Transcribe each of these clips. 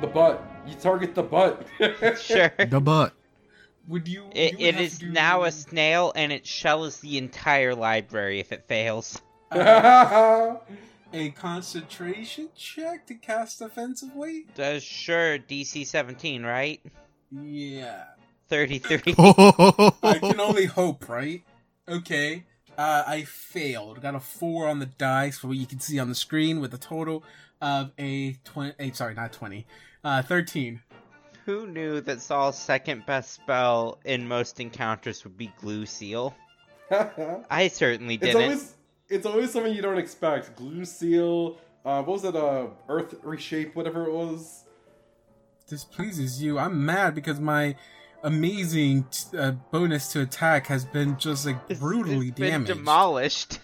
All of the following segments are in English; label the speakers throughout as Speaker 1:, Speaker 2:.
Speaker 1: The butt. You target the butt.
Speaker 2: Sure.
Speaker 3: The butt.
Speaker 4: Would you?
Speaker 2: It,
Speaker 4: you would
Speaker 2: it
Speaker 4: have
Speaker 2: is
Speaker 4: to do-
Speaker 2: now a snail, and its shell is the entire library if it fails.
Speaker 4: uh,
Speaker 1: That's
Speaker 4: a concentration check to cast offensively.
Speaker 2: Does sure DC 17, right?
Speaker 4: Yeah,
Speaker 2: 33.
Speaker 4: I can only hope, right? Okay, uh, I failed. Got a four on the dice for what you can see on the screen with a total of a twenty. eh, Sorry, not twenty. Uh, Thirteen.
Speaker 2: Who knew that Saul's second best spell in most encounters would be glue seal? I certainly
Speaker 1: It's
Speaker 2: didn't.
Speaker 1: always it's always something you don't expect. Glue seal. Uh, what was it? Uh, Earth reshape, whatever it was.
Speaker 4: This pleases you. I'm mad because my amazing t- uh, bonus to attack has been just like
Speaker 2: It's-
Speaker 4: brutally
Speaker 2: it's been
Speaker 4: damaged.
Speaker 2: demolished.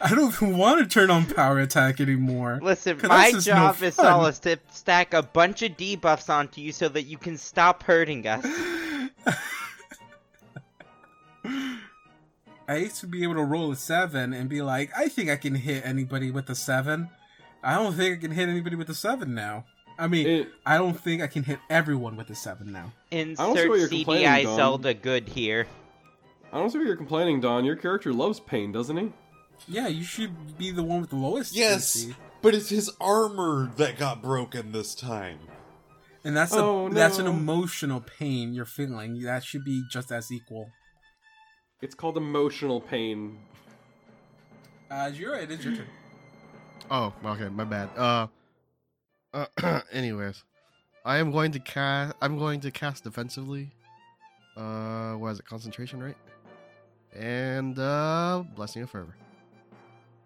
Speaker 4: I don't even want to turn on power attack anymore.
Speaker 2: Listen,
Speaker 4: 'Cause
Speaker 2: my
Speaker 4: this is no
Speaker 2: job is
Speaker 4: fun.
Speaker 2: Solace to stack a bunch of debuffs onto you so that you can stop hurting us.
Speaker 4: I used to be able to roll a seven and be like, I think I can hit anybody with a seven. I don't think I can hit anybody with a seven now. I mean,
Speaker 1: It,
Speaker 4: I don't think I can hit everyone with a seven now.
Speaker 2: Insert
Speaker 1: what you're complaining,
Speaker 2: CDI
Speaker 1: Dom.
Speaker 2: Zelda good here.
Speaker 1: I don't see what you're complaining, Don. Your character loves pain, doesn't he?
Speaker 4: Yeah, you should be the one with the lowest.
Speaker 5: Yes,
Speaker 4: AC.
Speaker 5: but it's his armor that got broken this time.
Speaker 4: and that's a,
Speaker 1: Oh,
Speaker 4: that's an
Speaker 1: no.
Speaker 4: emotional pain you're feeling. That should be just as equal.
Speaker 1: It's called emotional pain.
Speaker 4: Uh, you're right. It's your turn.
Speaker 3: Oh, okay, my bad. Uh, uh anyways, I am going to cast. I'm going to cast defensively. Uh, what is it? Concentration, right? And uh, blessing of fervor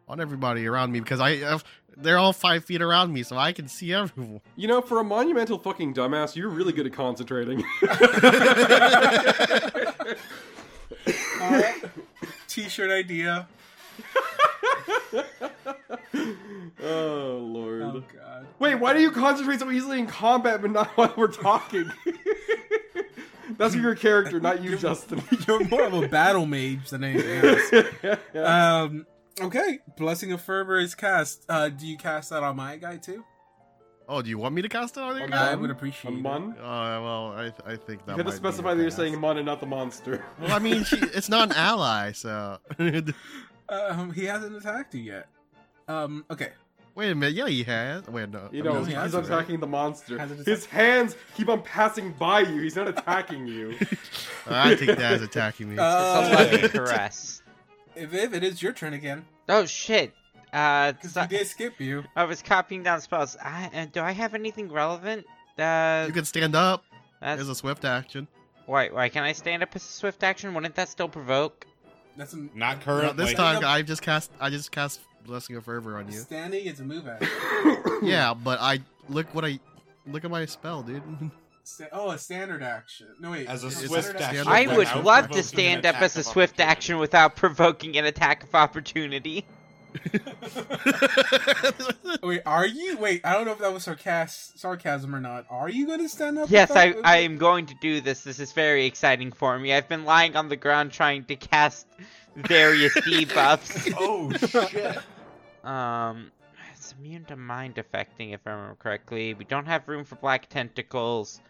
Speaker 3: on everybody around me because I, uh, they're all five feet around me, so I can see everyone.
Speaker 1: You know, for a monumental fucking dumbass, you're really good at concentrating.
Speaker 4: All right. T-shirt idea.
Speaker 1: oh lord.
Speaker 4: Oh God.
Speaker 1: Wait, why do you concentrate so easily in combat but not while we're talking? That's your character, not you, Justin.
Speaker 4: You're more of a battle mage than anything else. Um. Okay. Blessing of Fervor is cast. Uh, do you cast that on my guy too?
Speaker 3: Oh, do you want me to cast it on there?
Speaker 1: On
Speaker 3: guy?
Speaker 4: I
Speaker 1: Mon?
Speaker 4: would appreciate
Speaker 1: On
Speaker 4: it.
Speaker 1: Mon?
Speaker 3: Uh, well, I, I think
Speaker 1: You
Speaker 3: that. might be
Speaker 1: gotta
Speaker 3: a
Speaker 1: specify that you're
Speaker 3: pass.
Speaker 1: saying Mon and not the monster.
Speaker 3: Well, I mean, she, it's not an ally, so.
Speaker 4: Um, he hasn't attacked you yet. Um. Okay.
Speaker 3: Wait a minute. Yeah, he has. Wait, no.
Speaker 1: You
Speaker 3: I mean,
Speaker 1: know,
Speaker 4: he
Speaker 1: he's
Speaker 4: hasn't,
Speaker 1: attacking the monster.
Speaker 4: Hasn't
Speaker 1: His hands keep on passing by you. He's not attacking you.
Speaker 3: I take that as attacking me.
Speaker 2: It's a
Speaker 4: Uh,
Speaker 2: loving caress.
Speaker 4: Viv, it is your turn again
Speaker 2: Oh shit. Uh,
Speaker 4: because
Speaker 2: so-
Speaker 4: he did skip you.
Speaker 2: I was copying down spells. I, uh, do I have anything relevant? Uh,
Speaker 3: you can stand up
Speaker 2: that's,
Speaker 3: as a swift action.
Speaker 2: why, why can I stand up as a swift action? Wouldn't that still provoke?
Speaker 4: That's a,
Speaker 5: Not
Speaker 3: No,
Speaker 5: currently.
Speaker 3: this time I just cast I just cast blessing of fervor on you.
Speaker 4: standing is a move action.
Speaker 3: Yeah, but I look what I look at my spell, dude.
Speaker 4: Sta- oh, a standard action. No wait.
Speaker 5: As a
Speaker 4: it's
Speaker 5: swift
Speaker 4: standard
Speaker 5: action.
Speaker 2: I
Speaker 5: without
Speaker 2: would love
Speaker 5: provoking
Speaker 2: to
Speaker 5: an
Speaker 2: stand up
Speaker 5: attack
Speaker 2: as a
Speaker 5: of
Speaker 2: swift
Speaker 5: opportunity.
Speaker 2: action without provoking an attack of opportunity.
Speaker 4: Wait, are you? Wait, I don't know if that was sarcasm, sarcasm or not. Are you going to stand up?
Speaker 2: Yes, I,
Speaker 4: without-
Speaker 2: I am going to do this. This is very exciting for me. I've been lying on the ground trying to cast various debuffs.
Speaker 5: Oh shit!
Speaker 2: Um, it's immune to mind affecting, if I remember correctly. We don't have room for black tentacles.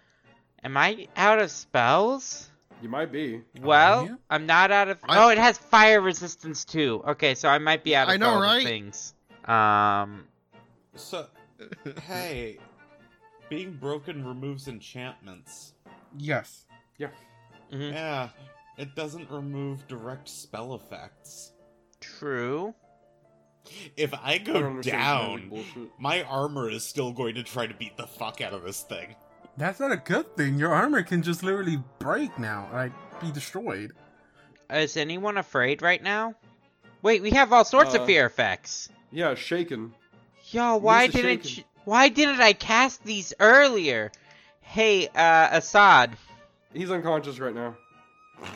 Speaker 2: Am I out of spells?
Speaker 1: you might be.
Speaker 2: Well,
Speaker 4: you?
Speaker 2: I'm not out of.
Speaker 3: I-
Speaker 2: Oh, it has fire resistance too. Okay, so I might be out of
Speaker 3: I know,
Speaker 2: all the
Speaker 3: right?
Speaker 2: things. Um,
Speaker 5: So, hey, being broken removes enchantments.
Speaker 4: Yes.
Speaker 2: mhm,
Speaker 5: Yeah, it doesn't remove direct spell effects.
Speaker 2: true.
Speaker 5: If I
Speaker 1: I don't
Speaker 5: go
Speaker 1: understand magic
Speaker 5: down,
Speaker 1: bullshit.
Speaker 5: my armor is still going to try to beat the fuck out of this thing.
Speaker 4: That's not a good thing. Your armor can just literally break now, like be destroyed.
Speaker 2: Is anyone afraid right now? Wait, we have all sorts
Speaker 1: Uh,
Speaker 2: of fear effects.
Speaker 1: Yeah, shaken.
Speaker 2: Yo, why
Speaker 1: needs to
Speaker 2: didn't
Speaker 1: shake
Speaker 2: you, why didn't I cast these earlier? Hey, uh, Assad.
Speaker 1: He's unconscious right now.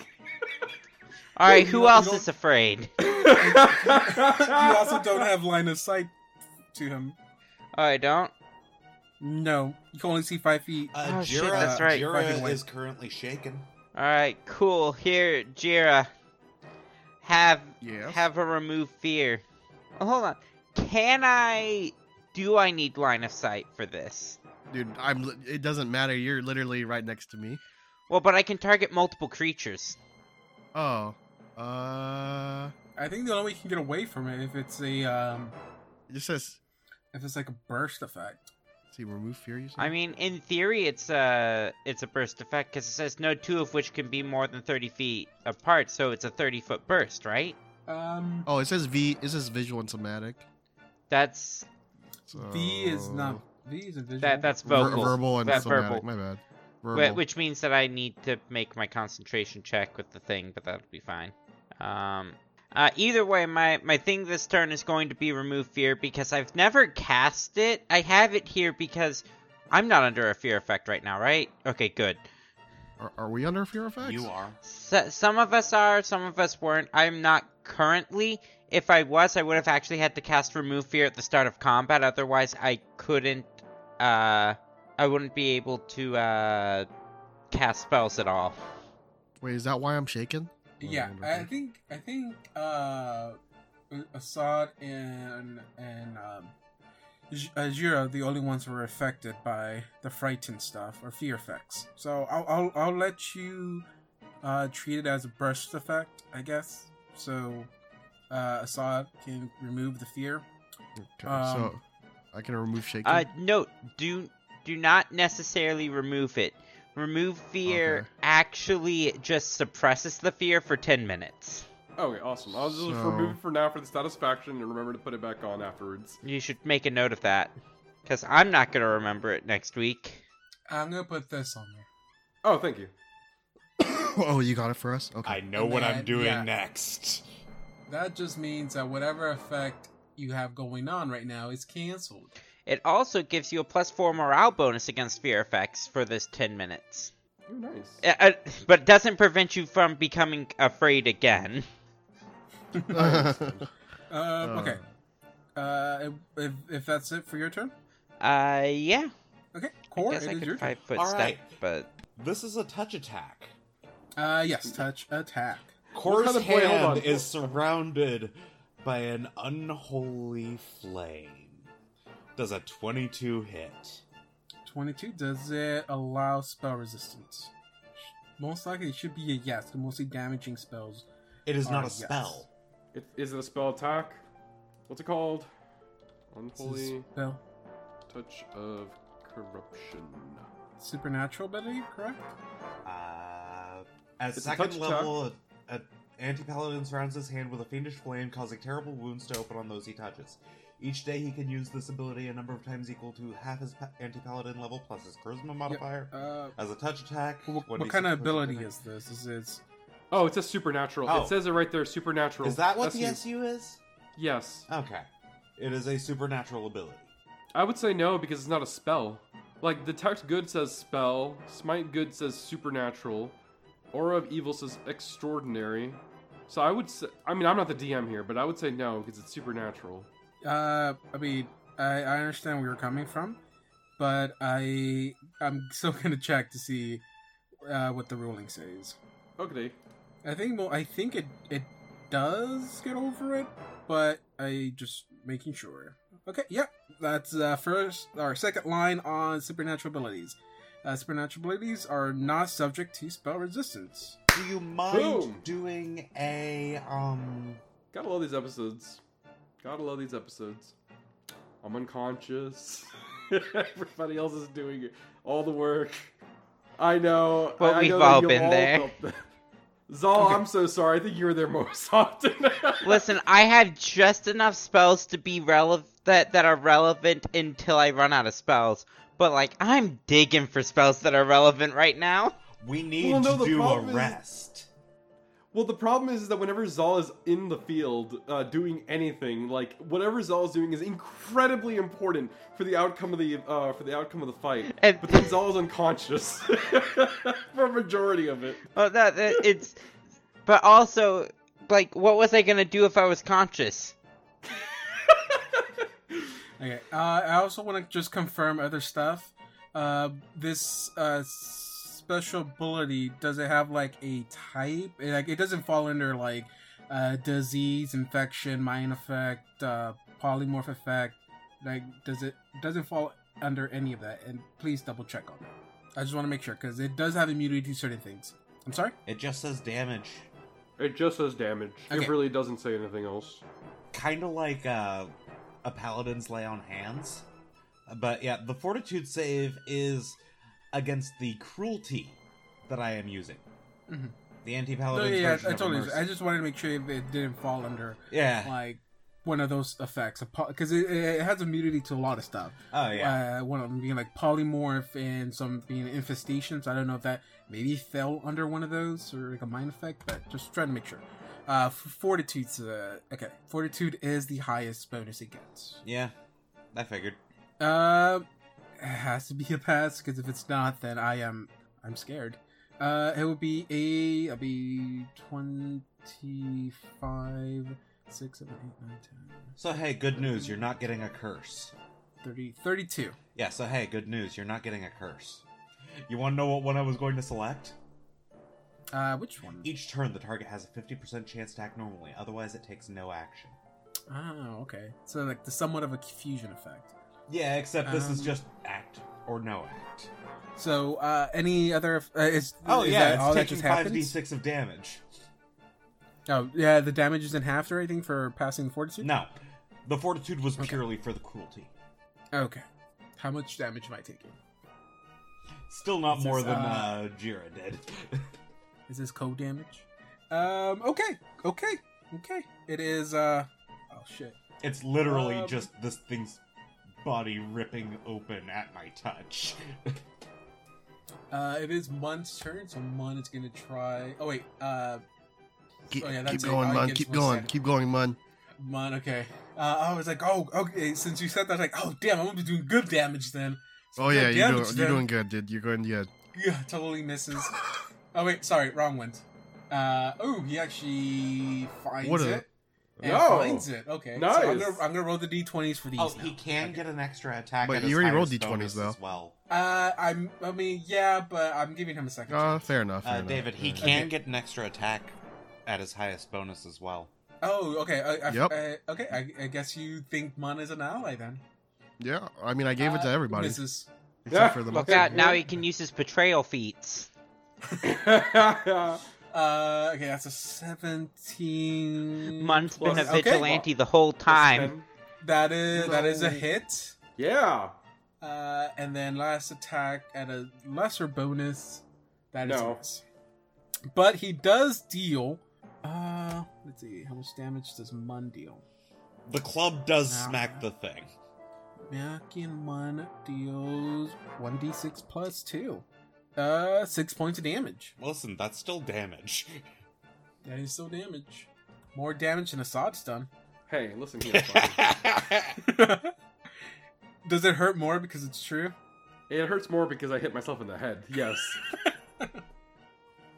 Speaker 2: All right,
Speaker 4: you
Speaker 2: who
Speaker 4: don't- you
Speaker 2: else
Speaker 4: don't-
Speaker 2: is afraid?
Speaker 4: You also don't have line of sight to him.
Speaker 2: Oh, I don't.
Speaker 4: No, you can only see five feet.
Speaker 5: Uh,
Speaker 2: Oh,
Speaker 5: Jira,
Speaker 2: shit, that's right.
Speaker 4: Fucking
Speaker 5: Jira
Speaker 4: win.
Speaker 5: is currently shaken.
Speaker 2: All right, cool. Here, Jira, have
Speaker 3: Yes.
Speaker 2: have her remove fear. Oh, hold on. Can I? Do I need line of sight for this?
Speaker 3: dude, I'm. li- It doesn't matter. You're literally right next to me.
Speaker 2: Well, but I can target multiple creatures.
Speaker 3: Oh, uh,
Speaker 4: I think the only way you can get away from it if it's a um,
Speaker 3: it just says
Speaker 4: if it's like a burst effect.
Speaker 3: see remove fear. You said?
Speaker 2: I mean, in theory, it's a it's a burst effect because it says no two of which can be more than thirty feet apart, so it's a thirty foot burst, right?
Speaker 4: Um,
Speaker 3: oh, it says V. It says visual and somatic.
Speaker 2: That's
Speaker 3: So
Speaker 4: V is not V is a visual.
Speaker 2: that that's
Speaker 3: ver-
Speaker 2: vocal,
Speaker 3: verbal and
Speaker 2: That's
Speaker 3: somatic.
Speaker 2: verbal.
Speaker 3: My bad.
Speaker 2: wh-
Speaker 3: Verbal.
Speaker 2: which means that I need to make my concentration check with the thing, but that'll be fine. Um, uh, either way, my my thing this turn is going to be remove fear because I've never cast it. I have it here because I'm not under a fear effect right now, right? Okay, good.
Speaker 3: are, are we under fear effects?
Speaker 5: You are.
Speaker 2: S some of us are, some of us weren't. I'm not currently. If I was, I would have actually had to cast Remove Fear at the start of combat. Otherwise, I couldn't. Uh, I wouldn't be able to uh, cast spells at all.
Speaker 3: Wait, is that why I'm shaking?
Speaker 4: yeah.
Speaker 3: Oh,
Speaker 4: I
Speaker 3: okay.
Speaker 4: think I think uh, Assad and and um, J- uh, Jira are the only ones who were affected by the frightened stuff or fear effects. So I'll I'll, I'll let you uh, treat it as a burst effect, I guess. So uh, Assad can remove the fear.
Speaker 3: Okay, so
Speaker 4: Um,
Speaker 3: I can remove shaking.
Speaker 2: Uh, no, do do not necessarily remove it. Remove fear
Speaker 3: Okay.
Speaker 2: actually just suppresses the fear for ten minutes.
Speaker 1: Okay, awesome. I'll just
Speaker 3: So-
Speaker 1: remove it for now for the satisfaction and remember to put it back on afterwards.
Speaker 2: You should make a note of that, because I'm not gonna remember it next week.
Speaker 4: I'm gonna put this on there.
Speaker 1: Oh, thank you.
Speaker 3: oh, you got it for us. Okay.
Speaker 5: I know what
Speaker 4: And
Speaker 5: I'm
Speaker 4: then-
Speaker 5: doing
Speaker 4: yeah.
Speaker 5: next.
Speaker 4: That just means that whatever effect you have going on right now is canceled.
Speaker 2: It also gives you a plus four morale bonus against fear effects for this 10 minutes.
Speaker 1: Oh, nice.
Speaker 2: Uh, uh, but doesn't prevent you from becoming afraid again.
Speaker 3: Oh,
Speaker 4: Uh, okay. Uh, if, if that's it for your turn,
Speaker 2: Uh, yeah.
Speaker 4: okay.
Speaker 2: I
Speaker 4: Core, it
Speaker 2: guess I
Speaker 4: is your
Speaker 2: could
Speaker 4: turn.
Speaker 2: five foot
Speaker 5: All
Speaker 2: step,
Speaker 5: right.
Speaker 2: but
Speaker 5: This is a touch attack.
Speaker 4: Uh, yes, touch attack.
Speaker 5: Kor's
Speaker 1: kind of boy- hold on.
Speaker 5: hand is surrounded by an unholy flame. Does a 22 hit?
Speaker 4: Twenty-two. Does it allow spell resistance? Most likely, it should be a yes. The mostly damaging spells.
Speaker 5: It is not
Speaker 4: Uh,
Speaker 5: a spell.
Speaker 1: It, is it a spell attack? What's it called?
Speaker 4: This is
Speaker 1: Unholy
Speaker 4: spell
Speaker 1: touch of corruption.
Speaker 4: supernatural ability, correct?
Speaker 5: Uh, as
Speaker 1: It's a
Speaker 5: second
Speaker 1: touch
Speaker 5: level, a, a anti-paladin surrounds his hand with a fiendish flame, causing terrible wounds to open on those he touches. Each day, he can use this ability a number of times equal to half his pa- anti-paladin level plus his charisma modifier.
Speaker 4: Uh,
Speaker 5: As a touch attack,
Speaker 4: what,
Speaker 5: 1d6
Speaker 4: what kind of
Speaker 5: plus
Speaker 4: ability
Speaker 5: attack.
Speaker 4: is this? Is it?
Speaker 1: Oh, it says supernatural.
Speaker 5: Oh.
Speaker 1: It says it right there, supernatural.
Speaker 5: Is that what
Speaker 1: That's
Speaker 5: the
Speaker 1: you.
Speaker 5: SU is?
Speaker 1: Yes.
Speaker 5: Okay, it is a supernatural ability.
Speaker 1: I would say no because it's not a spell. Like detect good says spell, smite good says supernatural, aura of evil says extraordinary. So I would say, I mean, I'm not the DM here, but I would say no because it's supernatural.
Speaker 4: Uh, I mean, I, I understand where you're coming from, but I I'm still gonna check to see uh, what the ruling says.
Speaker 1: Okay.
Speaker 4: I think well, I think it it does get over it, but I just making sure. Okay, yep, that's uh, first our second line on supernatural abilities. Uh, supernatural abilities are not subject to spell resistance.
Speaker 5: Do you mind
Speaker 1: Boom.
Speaker 5: doing a um?
Speaker 1: Gotta love these episodes. Gotta love these episodes. I'm unconscious. Everybody else is doing it. All the work. I know.
Speaker 2: But
Speaker 1: I- I
Speaker 2: we've
Speaker 1: know that
Speaker 2: all
Speaker 1: you
Speaker 2: been there.
Speaker 1: felt that. Zal,
Speaker 4: Okay.
Speaker 1: I'm so sorry. I think you were there most often.
Speaker 2: listen, I have just enough spells to be relevant that, that are relevant until I run out of spells. But like, I'm digging for spells that are relevant right now.
Speaker 5: We need
Speaker 1: Well, no,
Speaker 5: to
Speaker 1: the
Speaker 5: do a
Speaker 1: problem is-
Speaker 5: rest.
Speaker 1: Well, the problem is, is that whenever Zal is in the field uh, doing anything, like whatever Zal is doing is incredibly important for the outcome of the uh, for the outcome of the fight.
Speaker 2: And-
Speaker 1: But then Zal is unconscious for a majority of it.
Speaker 2: Well, Oh, that, that it's. But also, like, what was I gonna do if I was conscious?
Speaker 4: Okay. Uh, I also want to just confirm other stuff. Uh, this uh, special ability does it have like a type? It, like it doesn't fall under like uh, disease, infection, mind effect, uh, polymorph effect. Like does it doesn't fall under any of that, and please double check on that. I just want to make sure because it does have immunity to certain things. I'm sorry.
Speaker 6: It just says damage.
Speaker 1: It just says damage.
Speaker 4: Okay.
Speaker 1: It really doesn't say anything else.
Speaker 6: Kind of like uh, a paladin's lay on hands. But yeah, the fortitude save is against the cruelty that I am using.
Speaker 4: Mhm.
Speaker 6: Oh, The anti
Speaker 4: No,
Speaker 6: paladin's
Speaker 4: yeah, yeah,
Speaker 6: version
Speaker 4: I, I
Speaker 6: of Ah.
Speaker 4: totally.
Speaker 6: immersive.
Speaker 4: I just wanted to make sure it didn't fall under
Speaker 6: Yeah.
Speaker 4: like one of those effects because it, it has immunity to a lot of stuff.
Speaker 6: Oh yeah.
Speaker 4: Uh, one of them being like polymorph and some being infestations. I don't know if that maybe fell under one of those or like a mind effect, but just trying to make sure. Uh, f- fortitude's uh, okay. Fortitude is the highest bonus it gets.
Speaker 6: yeah. I figured.
Speaker 4: Um, it has to be a pass because if it's not, then I am I'm scared. Uh, it will be a it'll be twenty five, six, seven, eight, nine, ten,
Speaker 6: So hey, good news, you're not getting a curse.
Speaker 4: thirty, thirty-two.
Speaker 6: Yeah, so hey, good news, you're not getting a curse. You want to know what one I was going to select?
Speaker 4: Uh, which one?
Speaker 6: Each turn, the target has a 50% chance to act normally, otherwise, it takes no action.
Speaker 4: Oh, okay. So like the somewhat of a fusion effect.
Speaker 6: Yeah, except this is
Speaker 4: Um,
Speaker 6: just act or no act.
Speaker 4: So uh, any other? Uh, is
Speaker 6: Oh,
Speaker 4: is
Speaker 6: yeah,
Speaker 4: that
Speaker 6: it's
Speaker 4: all that
Speaker 6: taking
Speaker 4: just happens?
Speaker 6: 5d6 of damage.
Speaker 4: Oh yeah, the damage is in half or anything for passing the fortitude.
Speaker 6: No, the fortitude was
Speaker 4: Okay.
Speaker 6: purely for the cruelty.
Speaker 4: Okay. How much damage am I taking?
Speaker 6: Still not
Speaker 4: This
Speaker 6: more
Speaker 4: is,
Speaker 6: than uh,
Speaker 4: uh,
Speaker 6: Jira did.
Speaker 4: Is this code damage? Um. Okay. Okay. Okay. It is. Uh. Oh shit.
Speaker 6: it's literally
Speaker 4: Um,
Speaker 6: just this thing's body ripping open at my touch.
Speaker 4: Uh. It is Mun's turn, so Mun is gonna try. Oh wait. Uh.
Speaker 3: Keep,
Speaker 4: Oh, yeah,
Speaker 3: keep
Speaker 4: that's it.
Speaker 3: going,
Speaker 4: I
Speaker 3: man.
Speaker 4: get
Speaker 3: Keep
Speaker 4: one
Speaker 3: going.
Speaker 4: second.
Speaker 3: Keep going, man.
Speaker 4: Mun. Okay. Uh. I was like, oh, okay. Since you said that, I was like, oh damn, I'm gonna be doing good damage then. So
Speaker 3: Oh yeah,
Speaker 4: good
Speaker 3: you're doing,
Speaker 4: damage
Speaker 3: you're
Speaker 4: then.
Speaker 3: doing good, dude. You're going good.
Speaker 4: Yeah, totally misses. oh wait, sorry, wrong ones. Uh, oh, he actually finds
Speaker 3: What a-
Speaker 4: it. And
Speaker 1: No.
Speaker 4: finds it. Okay, so I'm,
Speaker 1: Nice.
Speaker 4: gonna, I'm gonna roll the d20s for these.
Speaker 6: oh,
Speaker 4: now.
Speaker 6: he can get an extra attack.
Speaker 3: But
Speaker 6: at
Speaker 3: you
Speaker 6: his
Speaker 3: already rolled
Speaker 6: highest
Speaker 3: D20s,
Speaker 6: bonus
Speaker 3: though.
Speaker 6: As well.
Speaker 4: Uh, I'm. I mean, yeah, but I'm giving him a second.
Speaker 3: Uh,
Speaker 4: chance.
Speaker 3: fair enough. fair
Speaker 6: Uh,
Speaker 3: enough.
Speaker 6: David, he
Speaker 3: Yeah.
Speaker 6: can get an extra attack at his highest bonus as well.
Speaker 4: Oh, okay. I, I,
Speaker 3: Yep.
Speaker 4: uh, okay, I, I guess you think Mon is an ally then.
Speaker 3: Yeah, I mean, I gave it to
Speaker 4: Uh,
Speaker 3: everybody.
Speaker 4: Misses.
Speaker 1: Yeah,
Speaker 3: for the
Speaker 1: look
Speaker 3: monster.
Speaker 2: God, now he can use his betrayal feats.
Speaker 1: out.
Speaker 4: Uh, okay, that's a seventeen.
Speaker 2: Mun's been a
Speaker 1: Plus- okay.
Speaker 2: vigilante the whole time.
Speaker 4: That is that is a
Speaker 1: No.
Speaker 4: hit.
Speaker 1: Yeah.
Speaker 4: Uh, and then last attack at a lesser bonus. That is
Speaker 1: No.
Speaker 4: a miss. But he does deal. Uh, let's see. How much damage does Mun deal?
Speaker 6: The club does
Speaker 4: Yeah.
Speaker 6: smack the thing.
Speaker 4: Makin Mun deals 1d6 plus 2. Uh, 6 points of damage.
Speaker 6: Listen, that's still damage.
Speaker 4: That is still damage. More damage than Assad's done.
Speaker 1: Hey, listen here. fucker.
Speaker 4: does it hurt more because it's true?
Speaker 1: it hurts more because I hit myself in the head. Yes.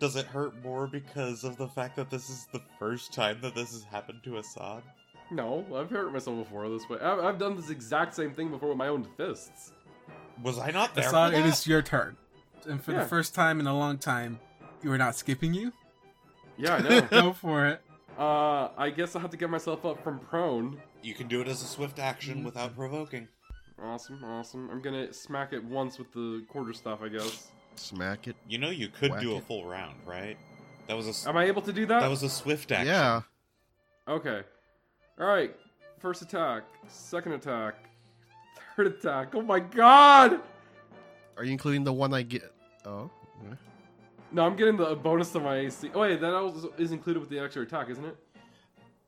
Speaker 6: Does it hurt more because of the fact that this is the first time that this has happened to Assad?
Speaker 1: No, I've hurt myself before this way. I've, I've done this exact same thing before with my own fists.
Speaker 6: Was I not there?
Speaker 4: Assad,
Speaker 6: for
Speaker 4: it
Speaker 6: that?
Speaker 4: is your turn. And for
Speaker 1: Yeah.
Speaker 4: the first time in a long time, you are not skipping you.
Speaker 1: Yeah, I know.
Speaker 4: Go for it.
Speaker 1: Uh, I guess I'll have to get myself up from prone.
Speaker 6: You can do it as a swift
Speaker 1: Mm.
Speaker 6: action without provoking.
Speaker 1: Awesome, awesome. I'm gonna smack it once with the quarter staff, I guess.
Speaker 3: Smack it.
Speaker 6: You know you could
Speaker 3: Whack
Speaker 6: do a
Speaker 3: it. Uh,
Speaker 6: full round, right? That was a s-
Speaker 1: Am I able to do that?
Speaker 6: that was a swift action.
Speaker 3: Yeah.
Speaker 1: Okay. Alright. First attack. Second attack. Third attack. Oh my god!
Speaker 3: Are you including the one I get? Oh. okay.
Speaker 1: No, I'm getting the bonus to my AC. Oh, wait, that also is included with the extra attack, isn't it?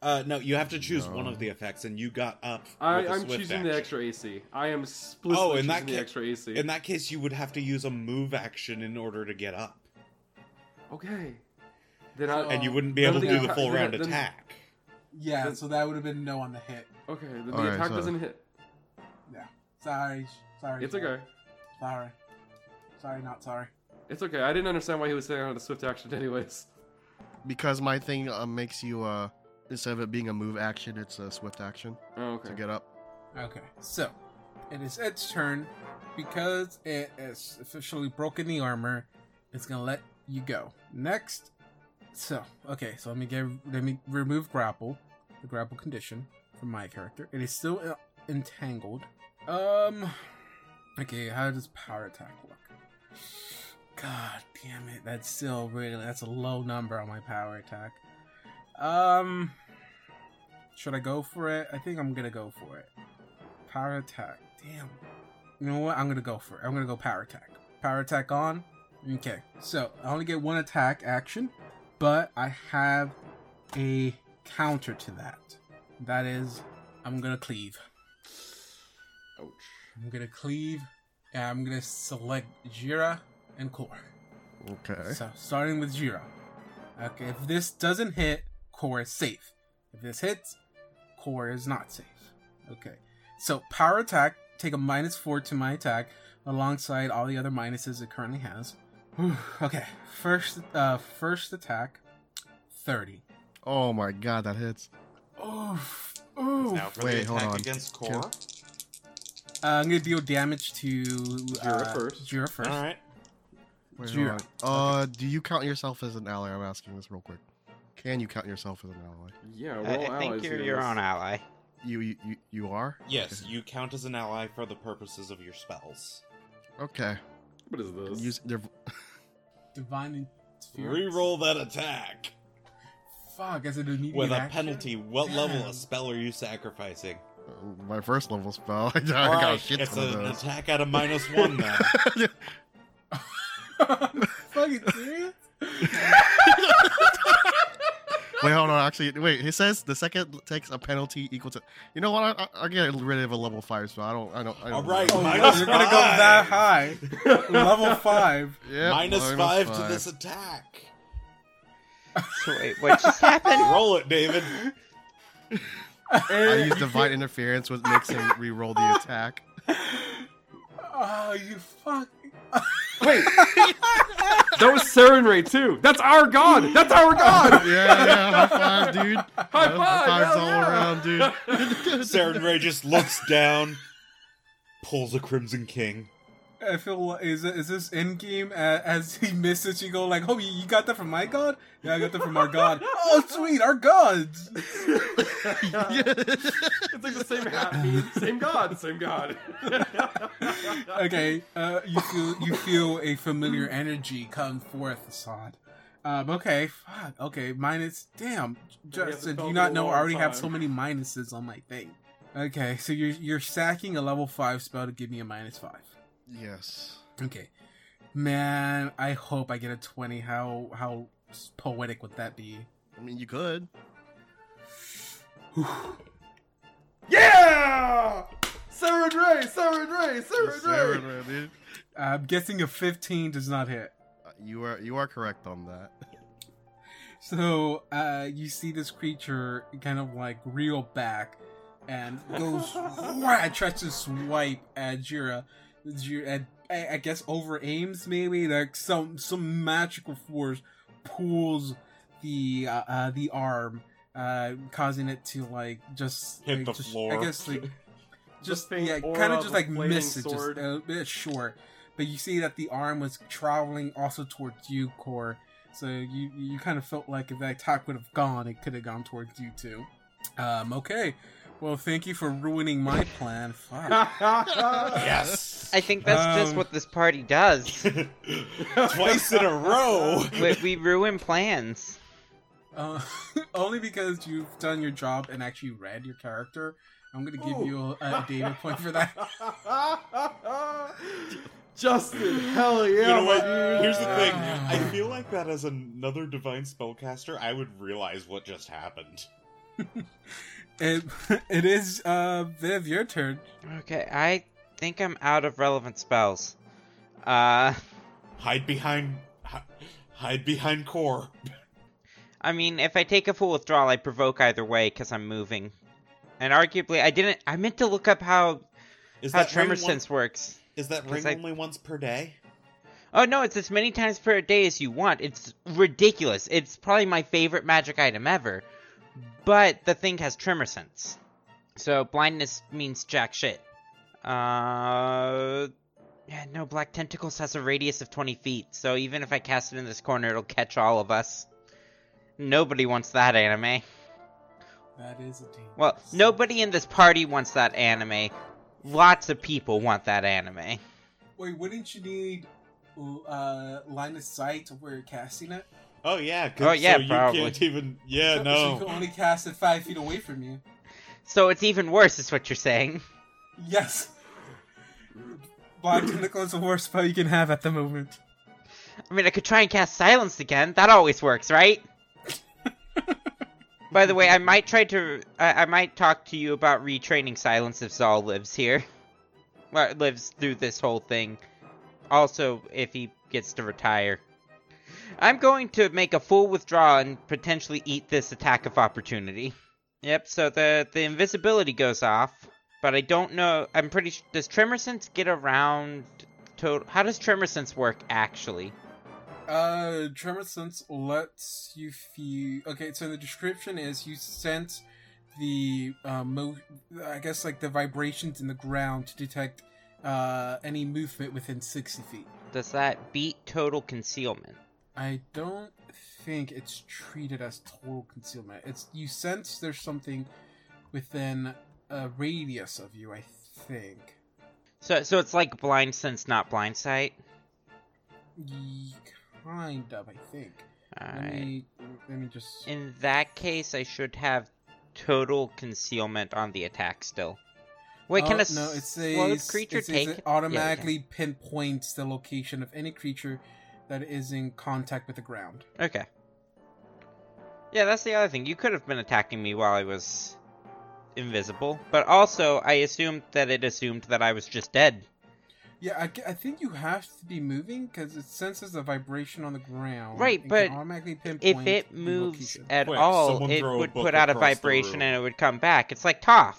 Speaker 6: Uh, no, you have to choose one
Speaker 3: No.
Speaker 6: of the effects, and you got up.
Speaker 1: I,
Speaker 6: with a
Speaker 1: I'm
Speaker 6: swift
Speaker 1: choosing
Speaker 6: action.
Speaker 1: the extra AC. I am explicitly
Speaker 6: Oh, in
Speaker 1: choosing
Speaker 6: that
Speaker 1: the
Speaker 6: ca-
Speaker 1: extra AC.
Speaker 6: In that case, you would have to use a move action in order to get up,
Speaker 1: okay. Then I,
Speaker 4: So-
Speaker 6: and you
Speaker 4: Uh,
Speaker 6: wouldn't be
Speaker 1: then
Speaker 6: able to
Speaker 1: Oh. the
Speaker 6: do the
Speaker 1: atta-
Speaker 6: full
Speaker 1: then-
Speaker 6: round
Speaker 1: then-
Speaker 6: attack.
Speaker 4: Yeah,
Speaker 1: Then-
Speaker 4: so that would have been no on the hit.
Speaker 1: okay, then the
Speaker 3: Alright,
Speaker 1: attack
Speaker 3: so-
Speaker 1: doesn't hit.
Speaker 4: Sorry, sorry.
Speaker 1: It's
Speaker 4: sorry.
Speaker 1: okay.
Speaker 4: Sorry, sorry, not sorry.
Speaker 1: It's okay. I didn't understand why he was saying I had a swift action, anyways.
Speaker 3: Because my thing uh, makes you uh instead of it being a move action, it's a swift action
Speaker 1: Oh, okay.
Speaker 3: to get up.
Speaker 4: Okay, so it is its turn because it has officially broken the armor. It's gonna let you go next. So okay, so let me get let me remove grapple, the grapple condition from my character. It is still uh, entangled. Um, Okay, how does power attack look? God damn it, that's still really that's a low number on my power attack. Um should I go for it? I think I'm gonna go for it. Power attack. Damn. You know what? I'm gonna go for it. I'm gonna go power attack. Power attack on. Okay. So I only get one attack action, but I have a counter to that. That is I'm gonna cleave.
Speaker 1: Ouch.
Speaker 4: I'm gonna cleave, and I'm gonna select Jira and Core.
Speaker 3: Okay.
Speaker 4: So starting with Jira. Okay, if this doesn't hit, Core is safe. If this hits, Core is not safe. Okay. So power attack, take a minus four to my attack, alongside all the other minuses it currently has. Whew, okay, first uh first attack, thirty.
Speaker 3: Oh my god, that hits.
Speaker 4: Oof.
Speaker 5: It's
Speaker 4: Oof.
Speaker 5: now for
Speaker 3: Wait,
Speaker 5: the
Speaker 3: hold
Speaker 5: attack
Speaker 3: on.
Speaker 5: against core.
Speaker 4: Uh, I'm gonna deal damage to uh,
Speaker 1: Jira first.
Speaker 4: Jira first.
Speaker 5: All right.
Speaker 3: Wait,
Speaker 4: Jira.
Speaker 3: hold on. Uh, do you count yourself as an ally? I'm asking this real quick. Can you count yourself as an ally?
Speaker 1: Yeah, we're
Speaker 2: I,
Speaker 1: all
Speaker 2: I think
Speaker 1: allies
Speaker 2: you're
Speaker 1: here,
Speaker 2: your
Speaker 1: this-
Speaker 2: own ally.
Speaker 3: You you you, you are.
Speaker 5: Yes, you count as an ally for the purposes of your spells.
Speaker 3: Okay.
Speaker 1: What is this?
Speaker 3: Use their.
Speaker 4: Divine interference.
Speaker 5: Reroll that attack
Speaker 4: Fuck, as an immediate
Speaker 5: with a
Speaker 4: action?
Speaker 5: penalty. What level
Speaker 4: Damn.
Speaker 5: of spell are you sacrificing?
Speaker 3: My first level spell.
Speaker 5: All
Speaker 3: I got a
Speaker 5: right,
Speaker 3: shit
Speaker 5: it's
Speaker 3: ton of
Speaker 5: an
Speaker 3: those.
Speaker 5: attack at a minus one now.
Speaker 4: Fucking serious?
Speaker 3: wait, hold on. Actually, wait. He says the second takes a penalty equal to. You know what? I, I, I'll get rid of a level five spell. I don't. I don't. I
Speaker 5: All
Speaker 3: don't
Speaker 5: right,
Speaker 4: Oh,
Speaker 5: Minus
Speaker 4: wow, you're gonna go that
Speaker 5: five.
Speaker 4: high. Level five.
Speaker 3: Yep,
Speaker 5: Minus
Speaker 3: minus
Speaker 5: five, to this attack.
Speaker 2: So wait, what just happened?
Speaker 5: Roll it, David.
Speaker 3: I use divine interference, which makes him re-roll the attack.
Speaker 4: Oh, you fuck.
Speaker 1: Wait, that was Serenray too. That's our god. That's our god.
Speaker 3: Yeah, yeah, high five, dude.
Speaker 1: High
Speaker 3: Yeah,
Speaker 1: five,
Speaker 3: Fives
Speaker 1: hell
Speaker 3: all
Speaker 1: yeah.
Speaker 3: around, dude.
Speaker 5: Saren Ray just looks down, pulls a Crimson King.
Speaker 4: I feel li- is is this in game uh, as he misses you go like oh you you got that from my god yeah I got that from our god oh sweet our gods
Speaker 1: It's like the same hat, dude. same god, same god.
Speaker 4: okay uh, you feel you feel a familiar energy come forth Assad um okay fuck okay minus
Speaker 1: haven't
Speaker 4: damn Justin do
Speaker 1: felt
Speaker 4: you
Speaker 1: in
Speaker 4: not
Speaker 1: a
Speaker 4: know I
Speaker 1: long
Speaker 4: already have
Speaker 1: time.
Speaker 4: so many minuses on my thing okay so you're you're sacking a level five spell to give me a minus five
Speaker 3: yes.
Speaker 4: Okay. Man, I hope I get a 20. How how poetic would that be?
Speaker 3: I mean, you could.
Speaker 1: yeah, Serenray, Serenray,
Speaker 3: Sarah,
Speaker 1: Serenray.
Speaker 3: man, dude.
Speaker 4: I'm guessing a 15 does not hit.
Speaker 3: Uh, You are you are correct on that.
Speaker 4: So, uh, you see this creature kind of like reel back and goes right, tries to swipe at Jira. Jira and I, I guess over aims maybe like some some magical force pulls the uh, uh the arm, uh, causing it to like just
Speaker 5: Hit
Speaker 4: like,
Speaker 5: the
Speaker 4: just-
Speaker 5: floor.
Speaker 4: I guess like just
Speaker 1: faint
Speaker 4: yeah,
Speaker 1: aura
Speaker 4: kind of
Speaker 1: of
Speaker 4: just
Speaker 1: a
Speaker 4: like
Speaker 1: flaming
Speaker 4: miss it just
Speaker 1: sword.
Speaker 4: a bit short. But you see that the arm was traveling also towards you, Core. So you you kind of felt like if that attack would have gone, it could have gone towards you too. Um, okay. Well, thank you for ruining my plan. Fuck.
Speaker 5: Yes.
Speaker 2: I think that's just
Speaker 4: Um.
Speaker 2: what this party does.
Speaker 5: Twice in a row.
Speaker 2: we, we ruin plans.
Speaker 4: Uh, only because you've done your job and actually read your character. I'm gonna give you a, a David point for that.
Speaker 1: Justin, hell yeah,
Speaker 5: You know
Speaker 1: my
Speaker 5: what?
Speaker 1: dude.
Speaker 5: Here's the thing.
Speaker 4: Ah.
Speaker 5: I feel like that as another divine spellcaster, I would realize what just happened.
Speaker 4: It, it is uh, Viv, your turn.
Speaker 2: Okay, I think I'm out of relevant spells. Uh,
Speaker 5: Hide behind, hi- hide behind core.
Speaker 2: I mean, if I take a full withdrawal, I provoke either way because I'm moving. And arguably, I didn't. I meant to look up how
Speaker 5: Is
Speaker 2: how
Speaker 5: that ring
Speaker 2: tremor
Speaker 5: one-
Speaker 2: sense works.
Speaker 5: Is that ring
Speaker 2: I-
Speaker 5: only once per day?
Speaker 2: Oh no, it's as many times per day as you want. It's ridiculous. It's probably my favorite magic item ever. But the thing has tremor sense. So blindness means jack shit. Uh yeah, no, Black Tentacles has a radius of 20 feet, so even if I cast it in this corner, it'll catch all of us. Nobody wants that anime.
Speaker 4: That is a team.
Speaker 2: Well, nobody in this party wants that anime. Lots of people want that anime.
Speaker 4: Wait, wouldn't you need uh, line of sight to where you're casting it?
Speaker 6: Oh yeah. 'cause-
Speaker 2: Oh, yeah,
Speaker 6: so you
Speaker 2: probably.
Speaker 6: can't even. Yeah,
Speaker 4: so, So you
Speaker 6: no.
Speaker 4: can only cast it five feet away from you.
Speaker 2: So it's even worse, is what you're saying.
Speaker 4: Yes. Blind Tentacle is the worst spell you can have at the moment.
Speaker 2: I mean, I could try and cast silence again. That always works, right? By the way, I might try to. I, I might talk to you about retraining silence if Zal lives here. Well, lives through this whole thing. Also, if he gets to retire. I'm going to make a full withdrawal and potentially eat this attack of opportunity. Yep, so the, the invisibility goes off, but I don't know. I'm pretty sure. Does Tremor Sense get around total. How does Tremor Sense work actually?
Speaker 4: Uh, Tremor Sense lets you feel. Okay, so the description is you sense the uh, mo. I guess like the vibrations in the ground to detect uh any movement within sixty feet.
Speaker 2: Does that beat total concealment?
Speaker 4: I don't think it's treated as total concealment. It's you sense there's something within a radius of you. I think.
Speaker 2: So so it's like blind sense, not blind sight.
Speaker 4: Ye- Kind of, I think. Let
Speaker 2: Alright.
Speaker 4: me let me just.
Speaker 2: In that case I should have total concealment on the attack still. Wait,
Speaker 4: Oh,
Speaker 2: can a
Speaker 4: no, it
Speaker 2: slowed
Speaker 4: says-
Speaker 2: creature
Speaker 4: it says
Speaker 2: take
Speaker 4: it automatically pinpoints the location of any creature that is in contact with the ground.
Speaker 2: Yeah, okay. okay. Yeah, that's the other thing. You could have been attacking me while I was invisible, but also I assumed that it assumed that I was just dead.
Speaker 4: Yeah, I, g- I think you have to be moving because it senses the vibration on the ground.
Speaker 2: Right,
Speaker 4: and
Speaker 2: but
Speaker 4: can automatically pinpoint
Speaker 2: if
Speaker 4: the
Speaker 2: it moves
Speaker 4: location.
Speaker 2: at
Speaker 6: Quick,
Speaker 2: all,
Speaker 6: someone
Speaker 2: it
Speaker 6: throw a
Speaker 2: would
Speaker 6: book
Speaker 2: put out a
Speaker 6: across the
Speaker 2: vibration
Speaker 6: room.
Speaker 2: and it would come back. It's like Toph.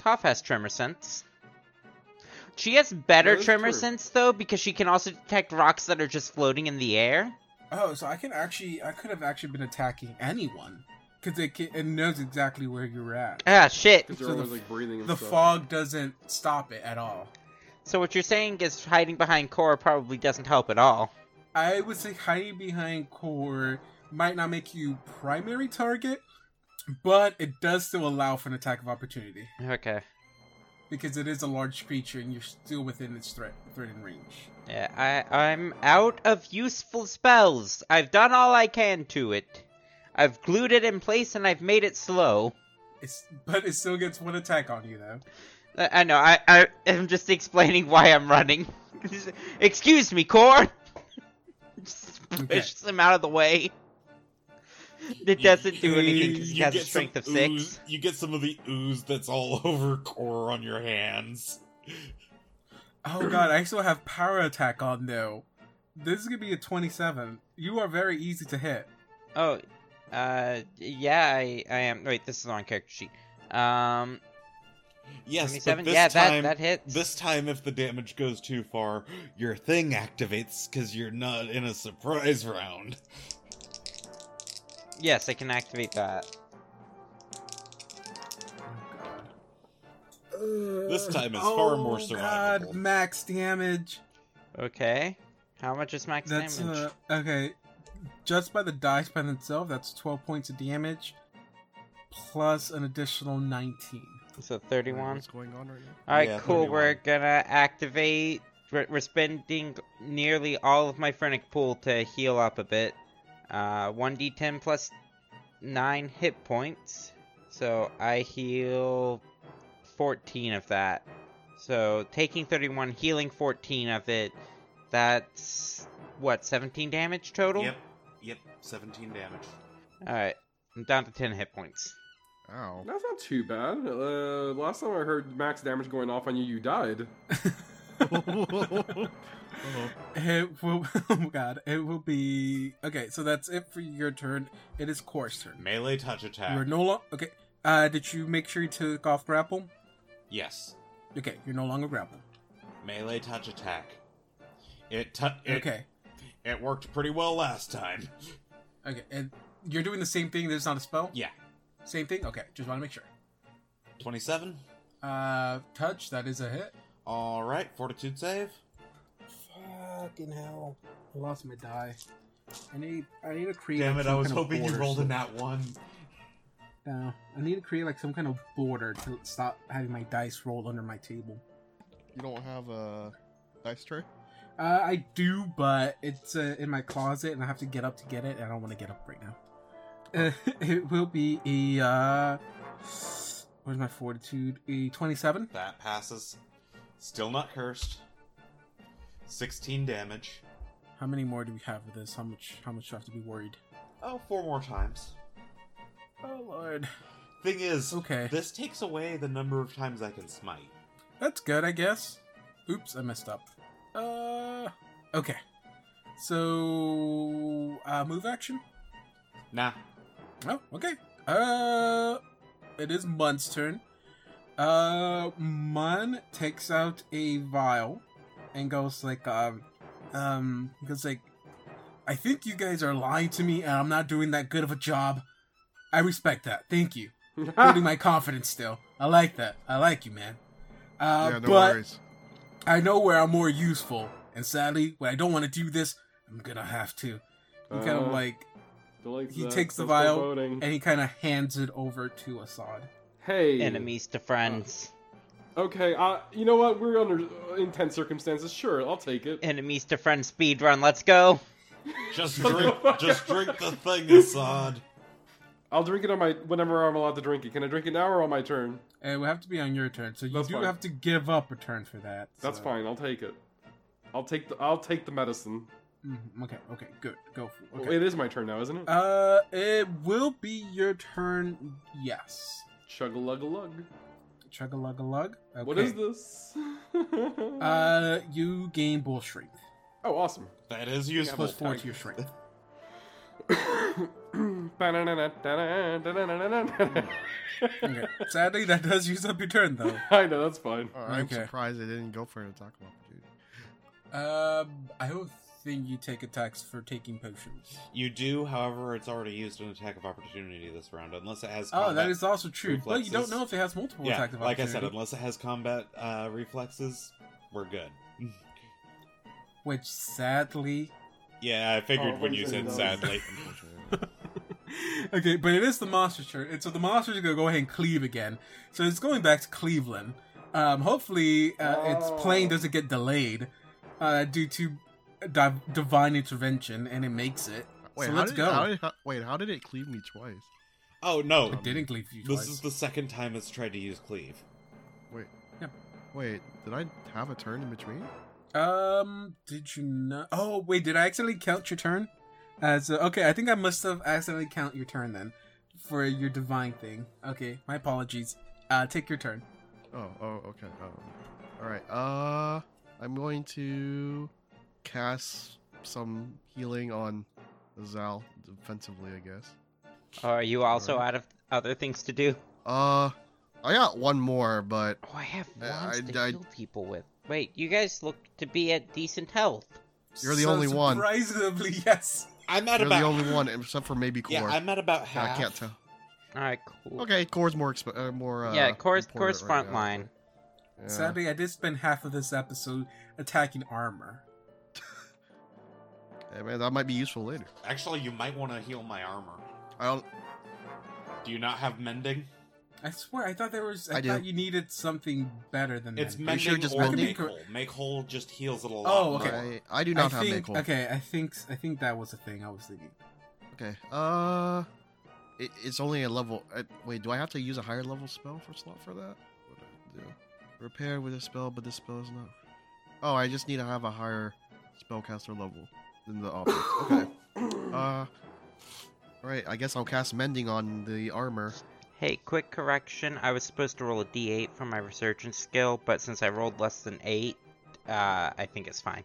Speaker 2: Toph has tremor sense. She has better
Speaker 1: That is
Speaker 2: tremor
Speaker 1: true.
Speaker 2: sense though because she can also detect rocks that are just floating in the air.
Speaker 4: oh, so I can actually I could have actually been attacking anyone because it can, it knows exactly where you're at.
Speaker 2: Ah, shit.
Speaker 1: Because
Speaker 4: So
Speaker 1: they're
Speaker 4: the
Speaker 1: always
Speaker 4: f-
Speaker 1: like breathing and
Speaker 4: The
Speaker 1: stuff.
Speaker 4: fog doesn't stop it at all.
Speaker 2: So what you're saying is hiding behind Korra probably doesn't help at all.
Speaker 4: I would say hiding behind core might not make you primary target, but it does still allow for an attack of opportunity
Speaker 2: Okay.
Speaker 4: because it is a large creature and you're still within its threat threatened range.
Speaker 2: Yeah, I I'm out of useful spells. I've done all I can to it. I've glued it in place and I've made it slow.
Speaker 4: It's but it still gets one attack on you though.
Speaker 2: I I know. I, I am just explaining why I'm running. Excuse me, Core. just
Speaker 4: Okay.
Speaker 2: pushes him out of the way. It doesn't do anything because he
Speaker 6: You
Speaker 2: has a
Speaker 6: get
Speaker 2: strength
Speaker 6: some
Speaker 2: of six.
Speaker 6: ooze- you get some of the ooze that's all over core on your hands.
Speaker 4: Oh god, I still have power attack on though. This is gonna be a twenty-seven. You are very easy to hit.
Speaker 2: Oh, uh, yeah, I, I am. Wait, this is on character sheet. Um,
Speaker 6: Yes, but
Speaker 2: twenty-seven.
Speaker 6: this
Speaker 2: Yeah,
Speaker 6: time,
Speaker 2: that that hits.
Speaker 6: this time, if the damage goes too far, your thing activates because you're not in a surprise round.
Speaker 2: Yes, I can activate that.
Speaker 6: This time it's
Speaker 4: oh,
Speaker 6: far more survivable.
Speaker 4: God, max damage.
Speaker 2: Okay. How much is max
Speaker 4: That's
Speaker 2: damage?
Speaker 4: uh, okay. Just by the dice by itself, that's twelve points of damage, plus an additional nineteen.
Speaker 2: so thirty-one.
Speaker 3: What's going on right now?
Speaker 2: All right,
Speaker 6: Yeah,
Speaker 2: cool.
Speaker 6: 31.
Speaker 2: We're gonna activate. We're, we're spending nearly all of my Frenic pool to heal up a bit. Uh, one d10 plus nine hit points. So I heal 14 of that. So taking 31, healing 14 of it. That's what 17 damage total.
Speaker 5: Yep. Yep. 17 damage.
Speaker 2: All right, I'm down to 10 hit points.
Speaker 3: Ow.
Speaker 1: That's not too bad. Uh, last time I heard max damage going off on you, you died.
Speaker 3: Uh-huh.
Speaker 4: It will. Oh God! It will be okay. So that's it for your turn. It is Core's turn.
Speaker 6: Melee touch attack.
Speaker 4: You're no longer okay. Uh, did you make sure you took off grapple?
Speaker 6: yes,
Speaker 4: Okay, you're no longer grapple.
Speaker 6: melee touch attack. It, tu- it
Speaker 4: Okay,
Speaker 6: It worked pretty well last time.
Speaker 4: okay, and you're doing the same thing. There's not a spell.
Speaker 6: Yeah,
Speaker 4: Same thing. Okay, just want to make sure.
Speaker 6: twenty-seven.
Speaker 4: Uh, touch. That is a hit.
Speaker 6: All right, fortitude save.
Speaker 4: Fucking hell! I lost my die. I need I need a creative.
Speaker 5: Damn it, I was hoping you rolled a nat 1.
Speaker 4: No, I need to create like some kind of border to stop having my dice roll under my table.
Speaker 3: You don't have a dice tray?
Speaker 4: Uh, I do, but it's uh, in my closet, and I have to get up to get it. And I don't want to get up right now. Uh, it will be a uh, where's my fortitude? A twenty-seven.
Speaker 5: That passes. Still not cursed. 16 damage.
Speaker 4: How many more do we have with this? How much? How much do I have to be worried?
Speaker 5: Oh, four more times.
Speaker 4: Oh lord.
Speaker 5: Thing is,
Speaker 4: Okay.
Speaker 5: this takes away the number of times I can smite.
Speaker 4: That's good, I guess. Oops, I messed up. Uh, okay. So, uh, move action.
Speaker 5: Nah.
Speaker 4: Oh, okay. Uh, it is Mun's turn. Uh, Mun takes out a vial and goes like, um, um, goes like, I think you guys are lying to me, and I'm not doing that good of a job. I respect that. Thank you.
Speaker 1: Ah.
Speaker 4: Building my confidence still. I like that. I like you, man. Uh,
Speaker 3: yeah, no
Speaker 4: but
Speaker 3: worries.
Speaker 4: I know where I'm more useful, and sadly, when I don't want to do this, I'm gonna have to. He kind of
Speaker 1: Uh.
Speaker 4: like,
Speaker 1: Don't like
Speaker 4: He
Speaker 1: that.
Speaker 4: takes the
Speaker 1: That's
Speaker 4: vial
Speaker 1: foreboding.
Speaker 4: and he kind of hands it over to Assad.
Speaker 1: hey,
Speaker 2: Enemies to friends.
Speaker 1: Okay, uh, you know what? We're under uh, intense circumstances. Sure, I'll take it.
Speaker 2: Enemies to friends speed run. Let's go.
Speaker 6: Just
Speaker 1: Shut the
Speaker 6: drink,
Speaker 1: fuck
Speaker 6: just
Speaker 1: up.
Speaker 6: drink the thing, Assad.
Speaker 1: I'll drink it on my whenever I'm allowed to drink it. Can I drink it now or on my turn?
Speaker 4: It would have to be on your turn, so you
Speaker 1: That's
Speaker 4: do
Speaker 1: fine.
Speaker 4: have to give up a turn for that.
Speaker 1: That's
Speaker 4: so-
Speaker 1: fine. I'll take it. I'll take the I'll take the medicine.
Speaker 4: Mhm, okay, okay, good. Go for it.
Speaker 1: Well,
Speaker 4: Okay.
Speaker 1: It is my turn now, isn't it?
Speaker 4: Uh, it will be your turn. Yes.
Speaker 1: Chug a lug a lug.
Speaker 4: Chug a lug a lug. Okay.
Speaker 1: What is this?
Speaker 4: Uh, you gain bull strength
Speaker 1: oh, awesome.
Speaker 6: That is useful.
Speaker 4: plus four to your strength. Okay. Sadly, that does use up your turn though.
Speaker 1: I know that's fine.
Speaker 3: Uh, I'm
Speaker 4: okay.
Speaker 3: surprised they didn't go for an attack of opportunity.
Speaker 4: Um, I don't think you take attacks for taking potions.
Speaker 6: You do, however, it's already used an attack of opportunity this round, unless it has.
Speaker 4: Oh, that
Speaker 6: combat-
Speaker 4: is also true. But you don't
Speaker 6: reflexes.
Speaker 4: know if it has multiple
Speaker 6: yeah.
Speaker 4: attacks. of
Speaker 6: Like I said,
Speaker 4: opportunity,
Speaker 6: unless it has combat uh, reflexes, we're good.
Speaker 4: which sadly
Speaker 6: Yeah, I figured
Speaker 1: Oh,
Speaker 6: when you
Speaker 1: those are
Speaker 6: said
Speaker 1: those.
Speaker 6: sadly.
Speaker 4: okay, but it is the monster's turn, and so the monster's gonna go ahead and cleave again. So it's going back to Cleveland. Um, hopefully, uh, its plane doesn't get delayed uh, due to di- divine intervention, and it makes it.
Speaker 3: Wait,
Speaker 4: so
Speaker 3: how
Speaker 4: let's
Speaker 3: did,
Speaker 4: go.
Speaker 3: How did, how, wait, how did it cleave me twice?
Speaker 6: oh no,
Speaker 4: It didn't cleave you
Speaker 6: this
Speaker 4: twice.
Speaker 6: is the second time it's tried to use cleave.
Speaker 3: Wait.
Speaker 4: Yeah.
Speaker 3: Wait, did I have a turn in between?
Speaker 4: Um, did you not? Oh, wait, did I accidentally count your turn? As a, okay, I think I must have accidentally count your turn then for your divine thing. Okay, my apologies. Uh, take your turn.
Speaker 3: Oh, oh, okay. Oh. All right. Uh, I'm going to cast some healing on Zal defensively, I guess.
Speaker 2: Are you also
Speaker 3: Alright.
Speaker 2: out of other things to do?
Speaker 3: Uh, I got one more, but
Speaker 2: Oh, I have
Speaker 3: Uh,
Speaker 2: wands
Speaker 3: I-
Speaker 2: to
Speaker 3: I-
Speaker 2: heal people with. Wait, you guys look to be at decent health.
Speaker 3: You're the only one.
Speaker 4: Surprisingly, yes.
Speaker 6: I'm at
Speaker 3: you're
Speaker 6: about
Speaker 3: the only one, except for maybe Core.
Speaker 6: Yeah, I'm at about
Speaker 3: I
Speaker 6: half.
Speaker 3: can't tell.
Speaker 2: All right, cool.
Speaker 3: Okay, Core's more exp- uh, more. Uh,
Speaker 2: yeah, course,
Speaker 3: important
Speaker 2: course,
Speaker 3: right
Speaker 2: front
Speaker 3: now.
Speaker 2: line.
Speaker 3: Yeah.
Speaker 4: Sadly, I did spend half of this episode attacking armor.
Speaker 3: Hey, man, that might be useful later.
Speaker 6: Actually, you might want to heal my armor.
Speaker 3: I don't.
Speaker 6: Do you not have mending?
Speaker 4: I swear, I thought there was. I,
Speaker 3: I do.
Speaker 4: thought you needed something better than
Speaker 6: It's
Speaker 4: that.
Speaker 3: Are you
Speaker 6: mending
Speaker 3: sure just
Speaker 6: or
Speaker 3: mending?
Speaker 6: make whole. Make whole just heals it a lot.
Speaker 4: Mm. Oh,
Speaker 6: more.
Speaker 4: okay.
Speaker 3: I, I do not
Speaker 4: I
Speaker 3: have
Speaker 4: think,
Speaker 3: Nickel.
Speaker 4: Okay, I think I think that was the thing I was thinking.
Speaker 3: Okay. Uh, it, it's only a level. Uh, wait, do I have to use a higher level spell for slot for that? What do I do? Repair with a spell, but this spell is not. Oh, I just need to have a higher spellcaster level than the object. Okay. uh, right. I guess I'll cast mending on the armor.
Speaker 2: Hey, quick correction. I was supposed to roll a d8 for my resurgence skill, but since I rolled less than 8, uh, I think it's fine.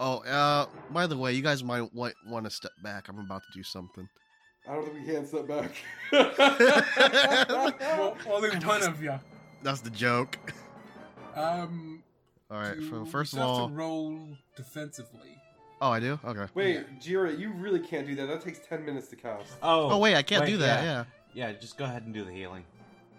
Speaker 3: Oh, uh, by the way, you guys might want to step back. I'm about to do something.
Speaker 1: I don't think we can step back.
Speaker 4: Well, only one of you.
Speaker 3: That's the joke.
Speaker 4: Um.
Speaker 3: All right.
Speaker 4: you
Speaker 3: So first of
Speaker 4: still have
Speaker 3: all,
Speaker 4: to roll defensively.
Speaker 3: oh, I do. Okay.
Speaker 1: Wait, Jira, you really can't do that. That takes ten minutes to cast.
Speaker 5: Oh,
Speaker 3: Oh wait, I can't do that.
Speaker 5: Yeah.
Speaker 3: Yeah.
Speaker 5: yeah, just go ahead and do the healing.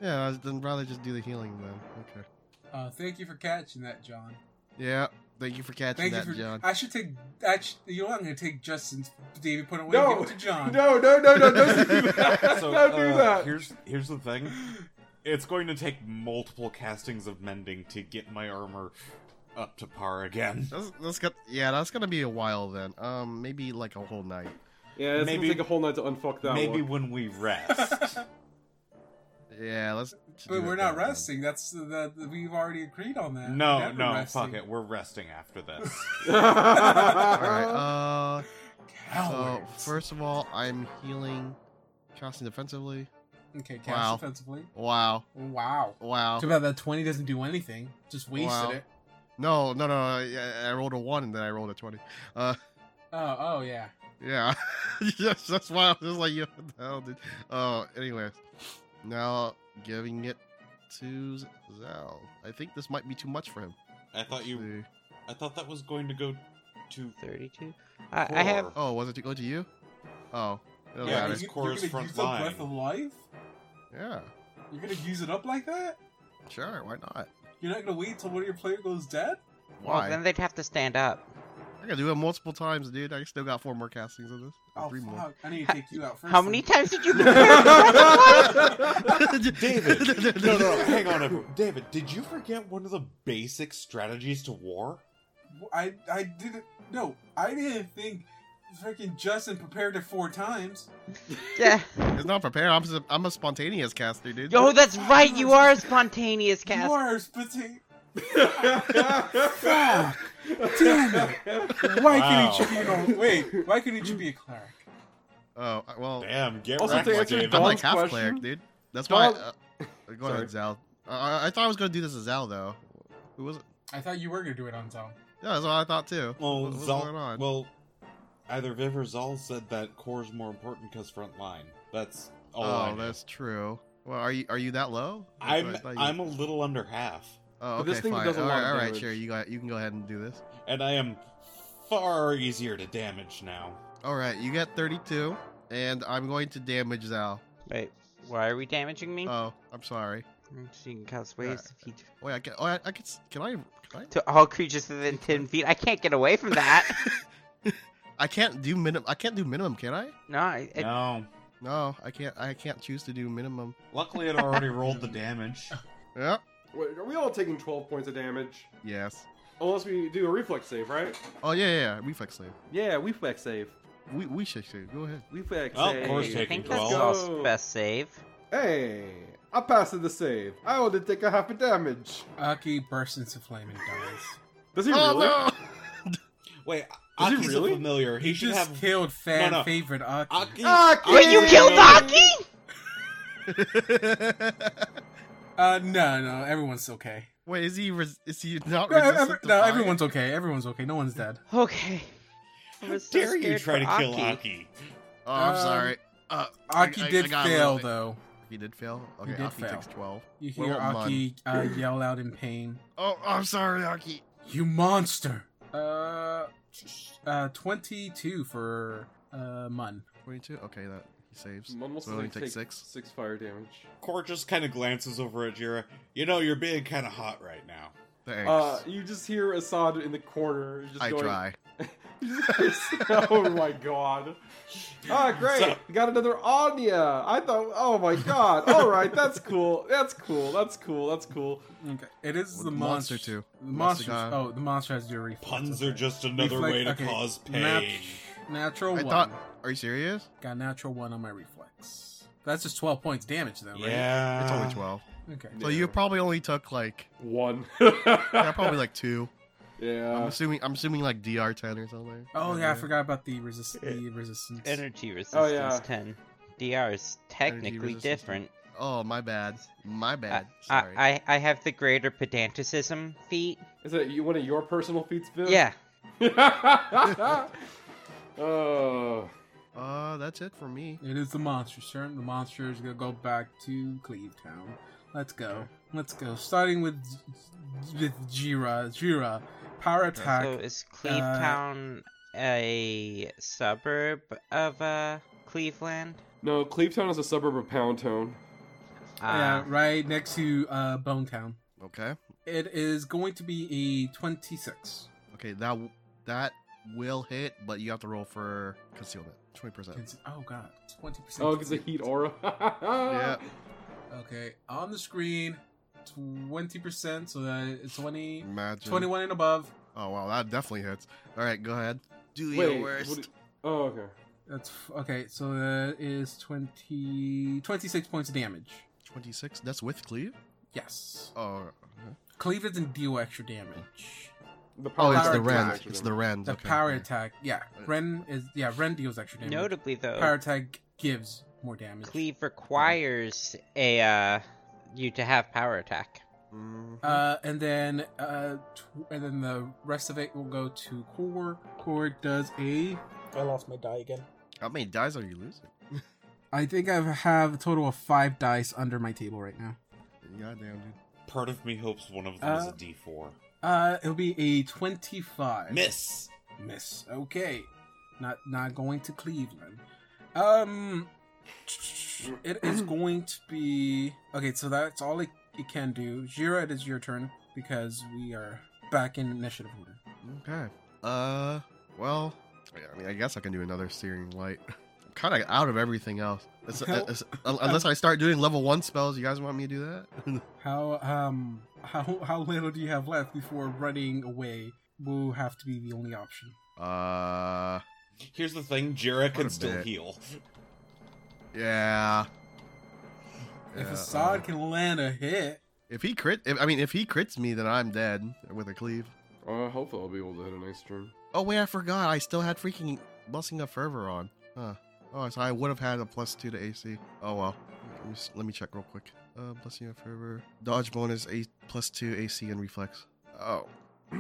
Speaker 3: Yeah, I'd then rather just do the healing then. Okay.
Speaker 4: Uh, thank you for catching that, John.
Speaker 3: Yeah, Thank you for catching
Speaker 4: Thank you
Speaker 3: that,
Speaker 4: for.
Speaker 3: John.
Speaker 4: I should take. I should, you know what? I'm going to take Justin's David put it away
Speaker 1: No.
Speaker 4: and give it to John.
Speaker 1: No, no, no, no, don't do that.
Speaker 6: So,
Speaker 1: don't do
Speaker 6: uh,
Speaker 1: that.
Speaker 6: Here's here's the thing. It's going to take multiple castings of mending to get my armor up to par again.
Speaker 3: That's, that's got yeah, that's gonna be a while then. Um, maybe like a whole night.
Speaker 1: yeah, it's gonna
Speaker 6: maybe-
Speaker 1: take a whole night to unfuck that
Speaker 6: Maybe
Speaker 1: one.
Speaker 6: when we rest.
Speaker 3: Yeah, let's. do
Speaker 4: But
Speaker 3: it
Speaker 4: we're not
Speaker 3: that way.
Speaker 4: resting. That's the, the we've already agreed on that. We're
Speaker 6: no,
Speaker 4: never
Speaker 6: no,
Speaker 4: resting.
Speaker 6: fuck it. We're resting after this.
Speaker 3: All right. Uh, so
Speaker 4: Cowards.
Speaker 3: first of all, I'm healing, casting defensively.
Speaker 4: okay, cast
Speaker 3: Wow.
Speaker 4: offensively.
Speaker 3: Wow,
Speaker 4: Wow.
Speaker 3: wow.
Speaker 4: Too bad that twenty doesn't do anything. Just wasted
Speaker 3: Wow.
Speaker 4: it.
Speaker 3: No, no, no. I, I rolled a one and then I rolled a twenty. Uh,
Speaker 4: Oh, oh yeah.
Speaker 3: yeah. yes, that's why I was just like, yo, what the hell, dude. Oh, anyways, now giving it to Zal. I think this might be too much for him.
Speaker 6: I thought you.
Speaker 3: See.
Speaker 6: I thought that was going to go to.
Speaker 2: 32. I, I have.
Speaker 6: Cor.
Speaker 3: Oh, was it to go to you? Oh, it doesn't
Speaker 6: Yeah,
Speaker 3: matter.
Speaker 6: it's
Speaker 4: you-
Speaker 6: Cora's
Speaker 4: you're gonna
Speaker 6: front
Speaker 4: use up
Speaker 6: line.
Speaker 4: Breath of Life.
Speaker 3: Yeah,
Speaker 4: You're gonna use it up like that.
Speaker 3: sure. Why not?
Speaker 4: You're not gonna wait till one of your player goes dead.
Speaker 2: Well,
Speaker 3: Why?
Speaker 2: then they'd have to stand up.
Speaker 3: I gotta do it multiple times, dude. I still got four more castings of this.
Speaker 4: Oh
Speaker 3: Three
Speaker 4: fuck!
Speaker 3: more.
Speaker 4: I need to take you out first.
Speaker 2: How many
Speaker 4: then.
Speaker 2: times did you prepare the breath of life?
Speaker 6: David, no, no, hang on. everyone. David, did you forget one of the basic strategies to war?
Speaker 4: I I didn't. No, I didn't think. Freaking Justin prepared it four times.
Speaker 2: Yeah.
Speaker 3: It's not prepared. I'm, s- I'm a spontaneous caster, dude.
Speaker 2: Yo, that's right. You are a spontaneous
Speaker 4: You
Speaker 2: cast.
Speaker 4: are a spitting. Fuck! Damn it! Why
Speaker 6: Wow.
Speaker 4: couldn't you be an old, wait? Why couldn't you be a cleric?
Speaker 3: Oh, well,
Speaker 6: Damn, get
Speaker 1: Also,
Speaker 6: wrecked,
Speaker 1: to answer
Speaker 6: David.
Speaker 3: I'm like
Speaker 1: Don's
Speaker 3: half
Speaker 1: question-
Speaker 3: cleric, dude. That's
Speaker 1: Don-
Speaker 3: why. I, uh, go ahead,
Speaker 1: Sorry.
Speaker 3: Zal. Uh, I I thought I was gonna do this as Zal though. Who was it?
Speaker 4: I thought you were gonna do it on Zone.
Speaker 3: Yeah, that's what I thought too.
Speaker 6: Well,
Speaker 3: What- what's going
Speaker 6: Zal,
Speaker 3: on?
Speaker 6: well, either Viv or Zal said that core's more important because front line. That's all. I
Speaker 3: oh,
Speaker 6: know.
Speaker 3: that's true. Well, are you are you that low? That's what
Speaker 6: I'm
Speaker 3: I thought you-
Speaker 6: I'm a little under half,
Speaker 3: Oh,
Speaker 1: But
Speaker 3: okay,
Speaker 1: this thing
Speaker 3: fine.
Speaker 1: does a
Speaker 3: all
Speaker 1: lot
Speaker 3: right,
Speaker 1: of
Speaker 3: all right,
Speaker 1: damage.
Speaker 3: sure. You got you can go ahead and do this.
Speaker 6: and I am far easier to damage now.
Speaker 3: All right, you got 32, and I'm going to damage Zal.
Speaker 2: Wait, why are we damaging me?
Speaker 3: Oh, I'm sorry.
Speaker 2: she can cause waves if you do-
Speaker 3: Wait, I can. Oh, I, I can. s- Can I? Can I?
Speaker 2: to all creatures within 10 feet. I can't get away from that.
Speaker 3: I can't do minimum. I can't do minimum. Can I?
Speaker 2: no, I, I-
Speaker 6: no,
Speaker 3: No, I can't. I can't choose to do minimum.
Speaker 6: luckily it already rolled the damage.
Speaker 3: Yeah.
Speaker 1: Wait, are we all taking 12 points of damage?
Speaker 3: Yes.
Speaker 1: Unless we do a reflex save, right?
Speaker 3: Oh yeah, yeah. yeah. Reflex save.
Speaker 1: Yeah, reflex save.
Speaker 3: We we should save. Go ahead.
Speaker 1: Reflex
Speaker 6: Oh,
Speaker 1: save.
Speaker 6: of course,
Speaker 2: I
Speaker 6: taking
Speaker 2: think
Speaker 1: Let's
Speaker 2: that's
Speaker 6: 12.
Speaker 2: Zal's
Speaker 1: go.
Speaker 2: best save.
Speaker 1: Hey, I passed the save. I only take a half a damage.
Speaker 4: Aki bursts into flame and dies.
Speaker 1: Does he
Speaker 3: oh
Speaker 1: really?
Speaker 6: Wait,
Speaker 1: Does he
Speaker 6: Aki's
Speaker 1: really?
Speaker 6: a familiar. He,
Speaker 4: He
Speaker 6: should
Speaker 4: just
Speaker 6: have.
Speaker 4: killed fan
Speaker 6: no.
Speaker 4: favorite Aki.
Speaker 6: Aki,
Speaker 1: Aki!
Speaker 2: Wait, you
Speaker 1: Yeah.
Speaker 2: killed Aki?
Speaker 3: no.
Speaker 4: Uh, no, no, everyone's okay.
Speaker 3: Wait, is he res- is he not
Speaker 4: No,
Speaker 3: resistant
Speaker 4: every-
Speaker 3: to
Speaker 4: no,
Speaker 3: fire?
Speaker 4: everyone's okay. Everyone's okay. No one's dead.
Speaker 2: Okay. I was so
Speaker 6: dare you
Speaker 2: scared
Speaker 6: try to
Speaker 2: for
Speaker 6: kill Aki?
Speaker 3: Oh, I'm
Speaker 4: Um,
Speaker 3: sorry. Uh, I-
Speaker 4: Aki
Speaker 3: I- I
Speaker 4: did
Speaker 3: got a little
Speaker 4: fail
Speaker 3: bit.
Speaker 4: though.
Speaker 3: He did fail. Okay,
Speaker 4: did
Speaker 3: Aki
Speaker 4: fail.
Speaker 3: takes twelve.
Speaker 4: You hear
Speaker 3: Well,
Speaker 4: Aki uh, yell out in pain.
Speaker 3: Oh, I'm sorry, Aki.
Speaker 4: You monster! Uh, uh, twenty-two for uh Mun.
Speaker 3: Twenty-two. Okay, that he saves.
Speaker 1: Mum will
Speaker 3: So only
Speaker 1: still
Speaker 3: take six.
Speaker 1: Six fire damage.
Speaker 6: Core just kind of glances over at Jira. You know, you're being kind of hot right now.
Speaker 3: Thanks.
Speaker 1: Uh, you just hear Assad in the corner. Just
Speaker 3: I
Speaker 1: going,
Speaker 3: try.
Speaker 1: oh my god. Ah, great.
Speaker 6: So-
Speaker 1: we got another Anya. I thought, oh my god. All right, that's cool. That's cool. That's cool. That's cool.
Speaker 4: Okay, it is
Speaker 3: Well,
Speaker 4: the
Speaker 3: the monster
Speaker 4: monster
Speaker 3: too.
Speaker 4: The
Speaker 3: Monster
Speaker 4: monster.
Speaker 3: guy.
Speaker 4: Oh, the monster has to do a reflex.
Speaker 6: Puns
Speaker 4: okay.
Speaker 6: are just another way to
Speaker 4: Reflex- okay.
Speaker 6: cause pain.
Speaker 4: Nat- natural
Speaker 3: I
Speaker 4: one.
Speaker 3: thought. Are you serious?
Speaker 4: Got natural one on my reflex. That's just twelve points damage though, right?
Speaker 6: Yeah,
Speaker 3: It's
Speaker 2: Uh,
Speaker 3: only twelve.
Speaker 4: Okay.
Speaker 3: So
Speaker 1: Yeah.
Speaker 3: you probably only took like
Speaker 1: One.
Speaker 3: yeah, probably like two. I'm
Speaker 1: Yeah.
Speaker 3: assuming I'm assuming like DR ten or something.
Speaker 4: Oh yeah, I forgot about the resist the resistance.
Speaker 2: Energy resistance
Speaker 1: yeah.
Speaker 2: 10. DR is technically
Speaker 3: resistance 10.
Speaker 2: different.
Speaker 3: Oh my bad. My bad.
Speaker 2: I,
Speaker 3: Sorry.
Speaker 2: I, I have the greater pedanticism feat.
Speaker 1: Is that you, one of your personal feats, Viv? Uh,
Speaker 2: Yeah.
Speaker 1: oh.
Speaker 3: uh, that's it for me.
Speaker 4: It is the monster's turn. The monster is gonna go back to Cleavetown. Let's go. Let's go. Starting with with Jira. Jira, power attack.
Speaker 2: So is Cleavetown a suburb of uh, Cleveland?
Speaker 1: No, Cleavetown is a suburb of Poundtown.
Speaker 2: Ah,
Speaker 4: yeah, right uh, next to uh, Bonetown.
Speaker 3: Okay.
Speaker 4: It is going to be a twenty-six.
Speaker 3: Okay, that w- that will hit, but you have to roll for concealment. Twenty percent.
Speaker 4: Cons- oh god, twenty percent.
Speaker 1: Oh, because the heat aura. yeah.
Speaker 4: Okay, on the screen, twenty percent. So that it's 20,
Speaker 2: Mm-hmm.
Speaker 3: Magic.
Speaker 4: 21 and above.
Speaker 3: Oh wow, that definitely hits. All right, go ahead. Do
Speaker 1: Wait. what do- oh, okay.
Speaker 4: That's okay. So that is 20, 26 points of damage.
Speaker 3: Twenty six. That's with cleave.
Speaker 4: Yes,
Speaker 3: Oh,
Speaker 4: cleave doesn't deal extra damage.
Speaker 1: The
Speaker 3: oh,
Speaker 1: power
Speaker 3: it's
Speaker 4: Power
Speaker 3: the
Speaker 1: attack
Speaker 4: rend.
Speaker 3: rend.
Speaker 1: attack.
Speaker 3: It's the rend.
Speaker 4: The
Speaker 3: okay. Uh,
Speaker 4: power attack, yeah. Ren is yeah. Ren deals extra damage.
Speaker 2: Notably, though,
Speaker 4: Power attack gives more damage.
Speaker 2: cleave requires a uh, you to have power attack.
Speaker 3: Mhm.
Speaker 4: Uh, and then uh, tw- and then the rest of it will go to core. Core does a.
Speaker 7: I lost my die again.
Speaker 3: How many dies are you losing?
Speaker 4: I think I have a total of five dice under my table right now.
Speaker 3: Goddamn, dude.
Speaker 6: Part of me hopes one of them is
Speaker 4: Uh,
Speaker 6: a D4.
Speaker 4: Uh, it'll be a twenty-five.
Speaker 6: Miss.
Speaker 4: Miss. Okay. Not not going to Cleveland. Um it is going to be Okay, so that's all it, it can do. Jira, it is your turn because we are back in initiative order.
Speaker 3: Okay. Uh, well, I mean, I guess I can do another steering light. I'm kind of out of everything else. It's, it's- unless I start doing level one spells, you guys want me to do that?
Speaker 4: How um how how little do you have left before running away will have to be the only option.
Speaker 3: uh,
Speaker 6: Here's the thing, Jira
Speaker 3: a
Speaker 6: can still
Speaker 3: bit.
Speaker 6: heal.
Speaker 3: yeah.
Speaker 4: if
Speaker 3: Yeah,
Speaker 4: Assad
Speaker 3: uh,
Speaker 4: can land a hit,
Speaker 3: if he crit, if, I mean, if he crits me, then I'm dead with a cleave.
Speaker 1: Uh, hopefully, I'll be able to hit a nice turn.
Speaker 3: Oh wait, I forgot. I still had freaking blessing of fervor on. Huh. Oh, so I would have had a plus two to AC. Oh well. Let me, s- let me check real quick. Uh, blessing of fervor, dodge bonus, a plus two AC and reflex. Oh.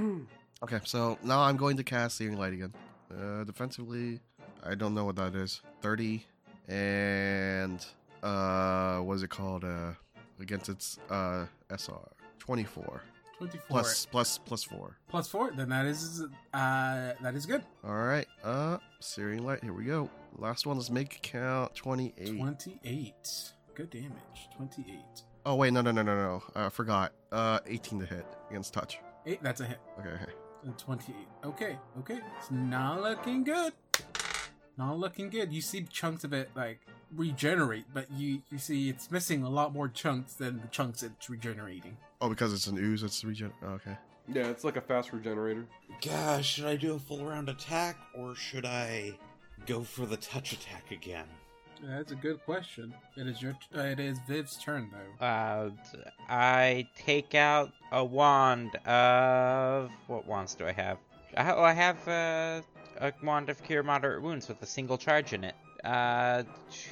Speaker 3: okay, so now I'm going to cast searing light again. Uh, defensively, I don't know what that is. Thirty and uh, what is it called? Uh, against its uh SR, twenty-four
Speaker 4: twenty four
Speaker 3: plus plus plus four.
Speaker 4: plus four, then that is uh that is good.
Speaker 3: All right, uh, Searing Light, here we go. Last one, let's make it count 28.
Speaker 4: Twenty eight. Good damage. Twenty eight.
Speaker 3: Oh, wait, no, no, no, no, no. I forgot. Uh, 18 to hit against touch.
Speaker 4: Eight that's a hit.
Speaker 3: Okay, okay.
Speaker 4: And 28. Uh, Okay, okay. It's not looking good. Not looking good. You see chunks of it like regenerate, but you you see it's missing a lot more chunks than the chunks it's regenerating.
Speaker 3: Oh, because it's an ooze, it's regen. oh, okay.
Speaker 1: Yeah, it's like a fast regenerator.
Speaker 6: Gosh, should I do a full round attack or should I go for the touch attack again?
Speaker 4: That's a good question. It is your uh, it is Viv's turn though.
Speaker 2: Uh, I take out a wand of what wands do I have? I- Oh, I have uh, a wand of cure moderate wounds with a single charge in it. Uh,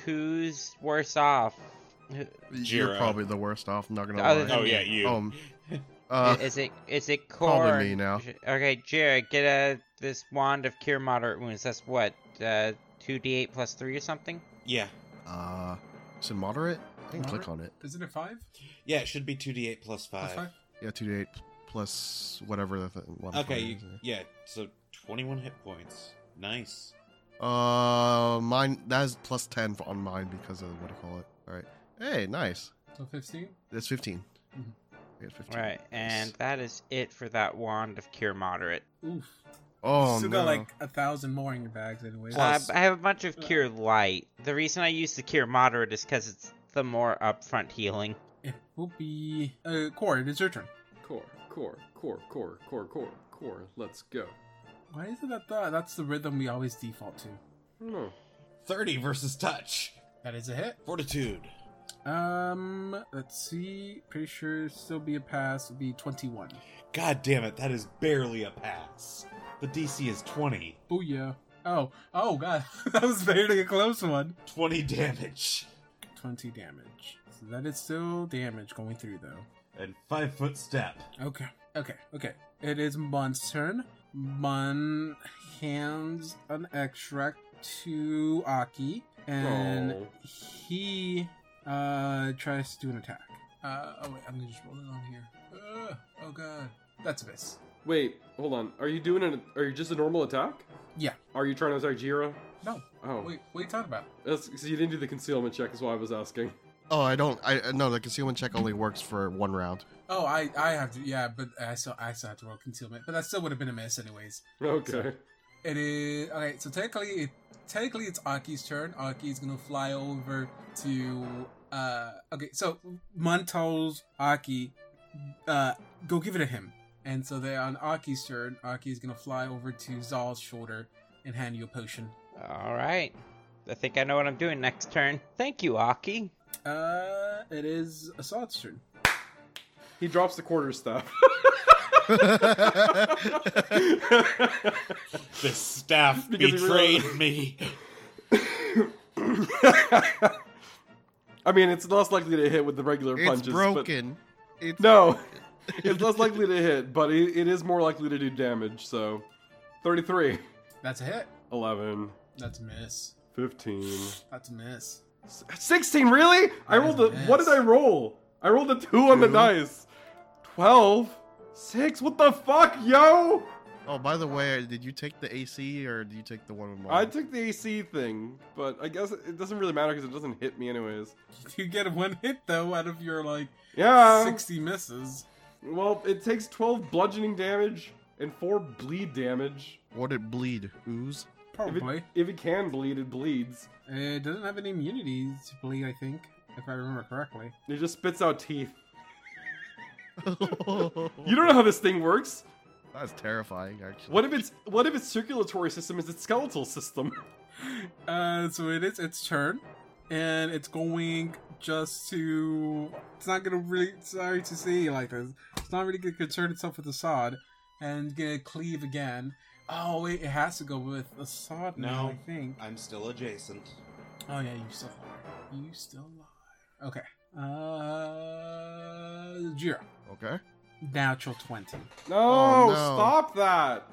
Speaker 2: who's worse off? Who-
Speaker 3: You're
Speaker 6: Jira.
Speaker 3: probably the worst off, I'm not gonna
Speaker 2: Other
Speaker 3: lie.
Speaker 2: than-
Speaker 6: Oh yeah, you.
Speaker 3: Um, uh,
Speaker 2: is it is it core?
Speaker 3: probably me now.
Speaker 2: Okay, Jared, get a this wand of cure moderate wounds. That's what uh, two d eight plus three or something.
Speaker 6: yeah.
Speaker 3: Uh, is it moderate? I didn't click on it.
Speaker 4: Isn't it five?
Speaker 6: Yeah, it should be 2d8 plus 5.
Speaker 4: That's five.
Speaker 3: Yeah, 2d8 plus whatever the th- one.
Speaker 6: Okay,
Speaker 3: for it
Speaker 6: you,
Speaker 3: is,
Speaker 6: yeah, so 21 hit points. Nice.
Speaker 3: yeah. Uh, mine, that is plus 10 for- on mine because of what do you call it? All right. Hey, nice.
Speaker 4: So fifteen.
Speaker 3: That's 15.
Speaker 4: Mhm.
Speaker 3: It's 15.
Speaker 2: All right, and that is it for that wand of cure moderate.
Speaker 4: Oof.
Speaker 3: Oh
Speaker 4: Still
Speaker 3: no!
Speaker 4: got like a thousand more in your bags anyway.
Speaker 2: Uh,
Speaker 6: Plus-
Speaker 2: I have a bunch of cure light. The reason I use the cure moderate is because it's the more upfront healing.
Speaker 4: it will be uh Core, it is your turn.
Speaker 1: Core, core, core, core, core, core, core. Let's go.
Speaker 4: Why is it that the, that's the rhythm we always default to?
Speaker 1: No.
Speaker 6: 30 versus touch.
Speaker 4: That is a hit.
Speaker 6: Fortitude.
Speaker 4: Um, let's see. Pretty sure still be a pass. Would be twenty-one.
Speaker 6: God damn it, that is barely a pass. The DC is 20.
Speaker 4: Booyah! Oh, oh god, that was barely a close one.
Speaker 6: 20 damage.
Speaker 4: Twenty damage. So that is still damage going through though.
Speaker 6: And 5 foot step.
Speaker 4: Okay, okay, okay. It is Mun's turn. Mun hands an extract to Aki, and
Speaker 1: Oh.
Speaker 4: he uh tries to do an attack. Uh, oh wait, I'm gonna just roll it on here. Uh, oh god, that's a miss.
Speaker 1: Wait, hold on. Are you doing an? Are you just a normal attack?
Speaker 4: Yeah.
Speaker 1: Are you trying to attack Jira?
Speaker 4: No,
Speaker 1: Oh,
Speaker 4: wait, what are you talking about?
Speaker 1: that's because you didn't do the concealment check. Is why I was asking.
Speaker 3: Oh, I don't. I I- no. The concealment check only works for one round.
Speaker 4: Oh, I, I have to. Yeah, but I still, I still have to roll concealment. But that still would have been a miss, anyways.
Speaker 1: Okay.
Speaker 4: It is okay. So technically, it, technically it's Aki's turn. Aki's gonna fly over to. uh Okay, so Mun tells Aki, uh, "Go give it to him." And so they on Aki's turn. Aki's gonna fly over to Zal's shoulder and hand you a potion.
Speaker 2: All right. I think I know what I'm doing next turn. Thank you, Aki.
Speaker 4: Uh, it is Assault's turn.
Speaker 1: He drops the quarter staff.
Speaker 6: This staff
Speaker 1: Because he
Speaker 6: betrayed
Speaker 1: realized-
Speaker 6: me.
Speaker 1: I mean, it's less likely to hit with the regular
Speaker 3: It's
Speaker 1: punches. but-
Speaker 3: broken. It's
Speaker 1: No, it's less likely to hit, but it, it is more likely to do damage. So, 33,
Speaker 4: That's a hit.
Speaker 1: 11,
Speaker 4: That's a miss.
Speaker 1: 15,
Speaker 4: That's a miss.
Speaker 1: 16. Really? I
Speaker 4: That
Speaker 1: rolled a.
Speaker 4: is a
Speaker 1: What did
Speaker 4: miss.
Speaker 1: I roll? I rolled a two on the
Speaker 3: Two.
Speaker 1: dice. 12, six. What the fuck, yo?
Speaker 3: Oh, by the way, did you take the AC or did you take the one with
Speaker 1: I
Speaker 3: mine?
Speaker 1: took the AC thing, but I guess it doesn't really matter because it doesn't hit me anyways.
Speaker 4: You get one hit though out of your like
Speaker 1: Yeah.
Speaker 4: 60 misses.
Speaker 1: Well, it takes 12 bludgeoning damage and 4 bleed damage.
Speaker 3: what did bleed? Ooze.
Speaker 1: If
Speaker 4: Probably.
Speaker 1: it, if it can bleed, it bleeds.
Speaker 4: It doesn't have any immunity to bleed, I think, if I remember correctly.
Speaker 1: It just spits out teeth. You don't know how this thing works.
Speaker 3: That's terrifying, actually.
Speaker 1: What if it's what if its circulatory system is its skeletal system?
Speaker 4: Uh, so it is its turn, and it's going just to. It's not gonna really. Sorry to say you like this. It's not really gonna concern itself with Assad, and gonna cleave again. Oh wait, it has to go with Assad now.
Speaker 5: No.
Speaker 4: I think.
Speaker 5: I'm still adjacent.
Speaker 4: Oh yeah, you still lie. You still lie. Okay. Uh, Jira,
Speaker 3: Okay.
Speaker 4: natural twenty.
Speaker 1: No,
Speaker 3: Oh, no.
Speaker 1: stop that.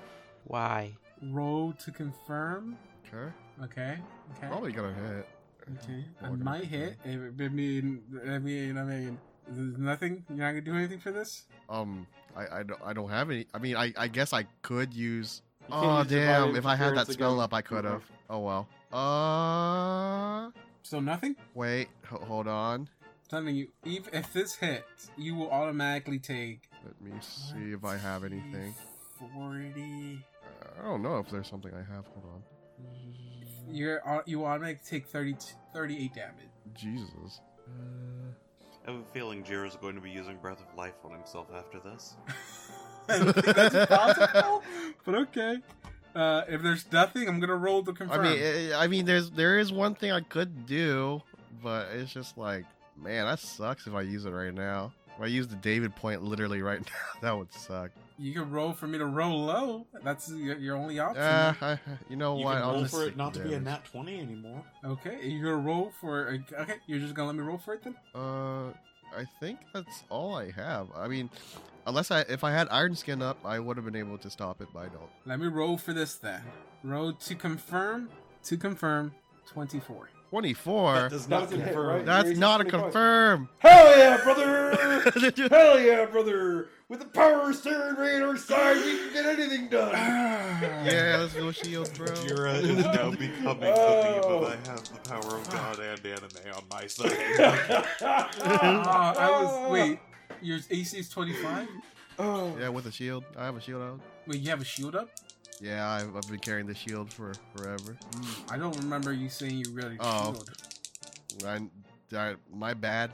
Speaker 2: Why?
Speaker 4: Roll to confirm.
Speaker 3: Okay.
Speaker 4: Okay. Okay.
Speaker 3: Probably gonna hit.
Speaker 4: Okay, I
Speaker 3: Or gonna
Speaker 4: might
Speaker 3: hit.
Speaker 4: hit. I mean, I mean, I mean, there's nothing. You're not gonna do anything for this.
Speaker 3: Um, I I don't, I don't have any. I mean, I I guess I could use.
Speaker 1: You can't
Speaker 3: Oh
Speaker 1: use divine
Speaker 3: damn! If I had that
Speaker 1: interference
Speaker 3: spell
Speaker 1: again.
Speaker 3: up, I could have. Oh well. Uh,
Speaker 4: So nothing.
Speaker 3: wait. Ho- hold on.
Speaker 4: Something you. Even if this hits, you will automatically take.
Speaker 3: Let me see if I have anything.
Speaker 4: Forty.
Speaker 3: I don't know if there's something I have. Hold on.
Speaker 4: You're au- you will automatically take 30, 38 damage.
Speaker 3: Jesus.
Speaker 5: I have a feeling Jira's going to be using Breath of Life on himself after this.
Speaker 4: I don't think that's possible, but okay. Uh, if there's nothing, I'm gonna roll to
Speaker 3: I
Speaker 4: confirm.
Speaker 3: mean, eh, I mean, there's there is one thing I could do, but it's just like, man, that sucks if I use it right now. If I use the David point literally right now, that would suck.
Speaker 4: you can roll for me to roll low. That's your, your only option.
Speaker 3: Uh, I, you know
Speaker 5: you
Speaker 3: what?
Speaker 5: can
Speaker 3: I'll
Speaker 5: roll
Speaker 3: just
Speaker 5: for
Speaker 3: take
Speaker 5: it not
Speaker 3: the
Speaker 5: to be a
Speaker 3: damage.
Speaker 5: nat 20 anymore.
Speaker 4: okay, you're gonna roll for. Okay, you're just gonna let me roll for it then.
Speaker 3: Uh, I think that's all I have. I mean, unless I if I had Iron Skin up, I would have been able to stop it, but I don't.
Speaker 4: Let me roll for this then. Roll to confirm. To confirm, 24.
Speaker 3: Twenty four.
Speaker 5: that does
Speaker 1: That
Speaker 5: not
Speaker 1: doesn't hit,
Speaker 5: confirm.
Speaker 1: right?
Speaker 3: That's
Speaker 1: Raise
Speaker 3: not a
Speaker 1: it to twenty.
Speaker 3: confirm.
Speaker 1: Hell yeah, brother! Hell yeah, brother! With the power of Siren Ray at our side, we can get anything done.
Speaker 3: yeah, let's go shield, bro.
Speaker 5: Jira is now becoming
Speaker 1: Oh.
Speaker 5: the diva that has the power of God and anime on my side.
Speaker 1: Uh,
Speaker 4: Oh,
Speaker 1: oh,
Speaker 4: I was. Wait, your AC is 25?
Speaker 1: Oh.
Speaker 3: Yeah, with a shield. I have a shield out.
Speaker 4: Wait, you have a shield up?
Speaker 3: Yeah, I've, I've been carrying the shield for forever.
Speaker 4: I don't remember you saying you really
Speaker 3: Oh.
Speaker 4: shield.
Speaker 3: I, did I- my bad.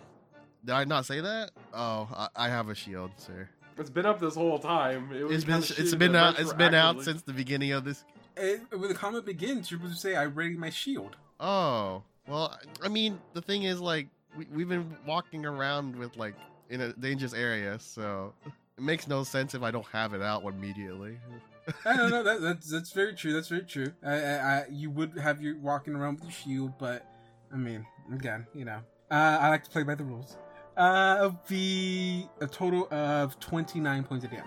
Speaker 3: Did I not say that? Oh, I, I have a shield, sir.
Speaker 1: It's been up this whole time. It would
Speaker 3: It's
Speaker 1: be
Speaker 3: been
Speaker 1: kinda shitty
Speaker 3: it's
Speaker 1: to
Speaker 3: been out it's been out
Speaker 1: retroactively-
Speaker 3: since the beginning of this.
Speaker 4: It, when the comment begins, you would say, I rated my shield.
Speaker 3: Oh, well, I- I mean, the thing is, like, we, we've been walking around with like in a dangerous area, so it makes no sense if I don't have it out immediately.
Speaker 4: I don't know. That, that's, that's very true. That's very true. I, I, I, you would have you walking around with your shield, but I mean, again, you know, uh, I like to play by the rules. Uh, it'll be a total of 29 points of damage.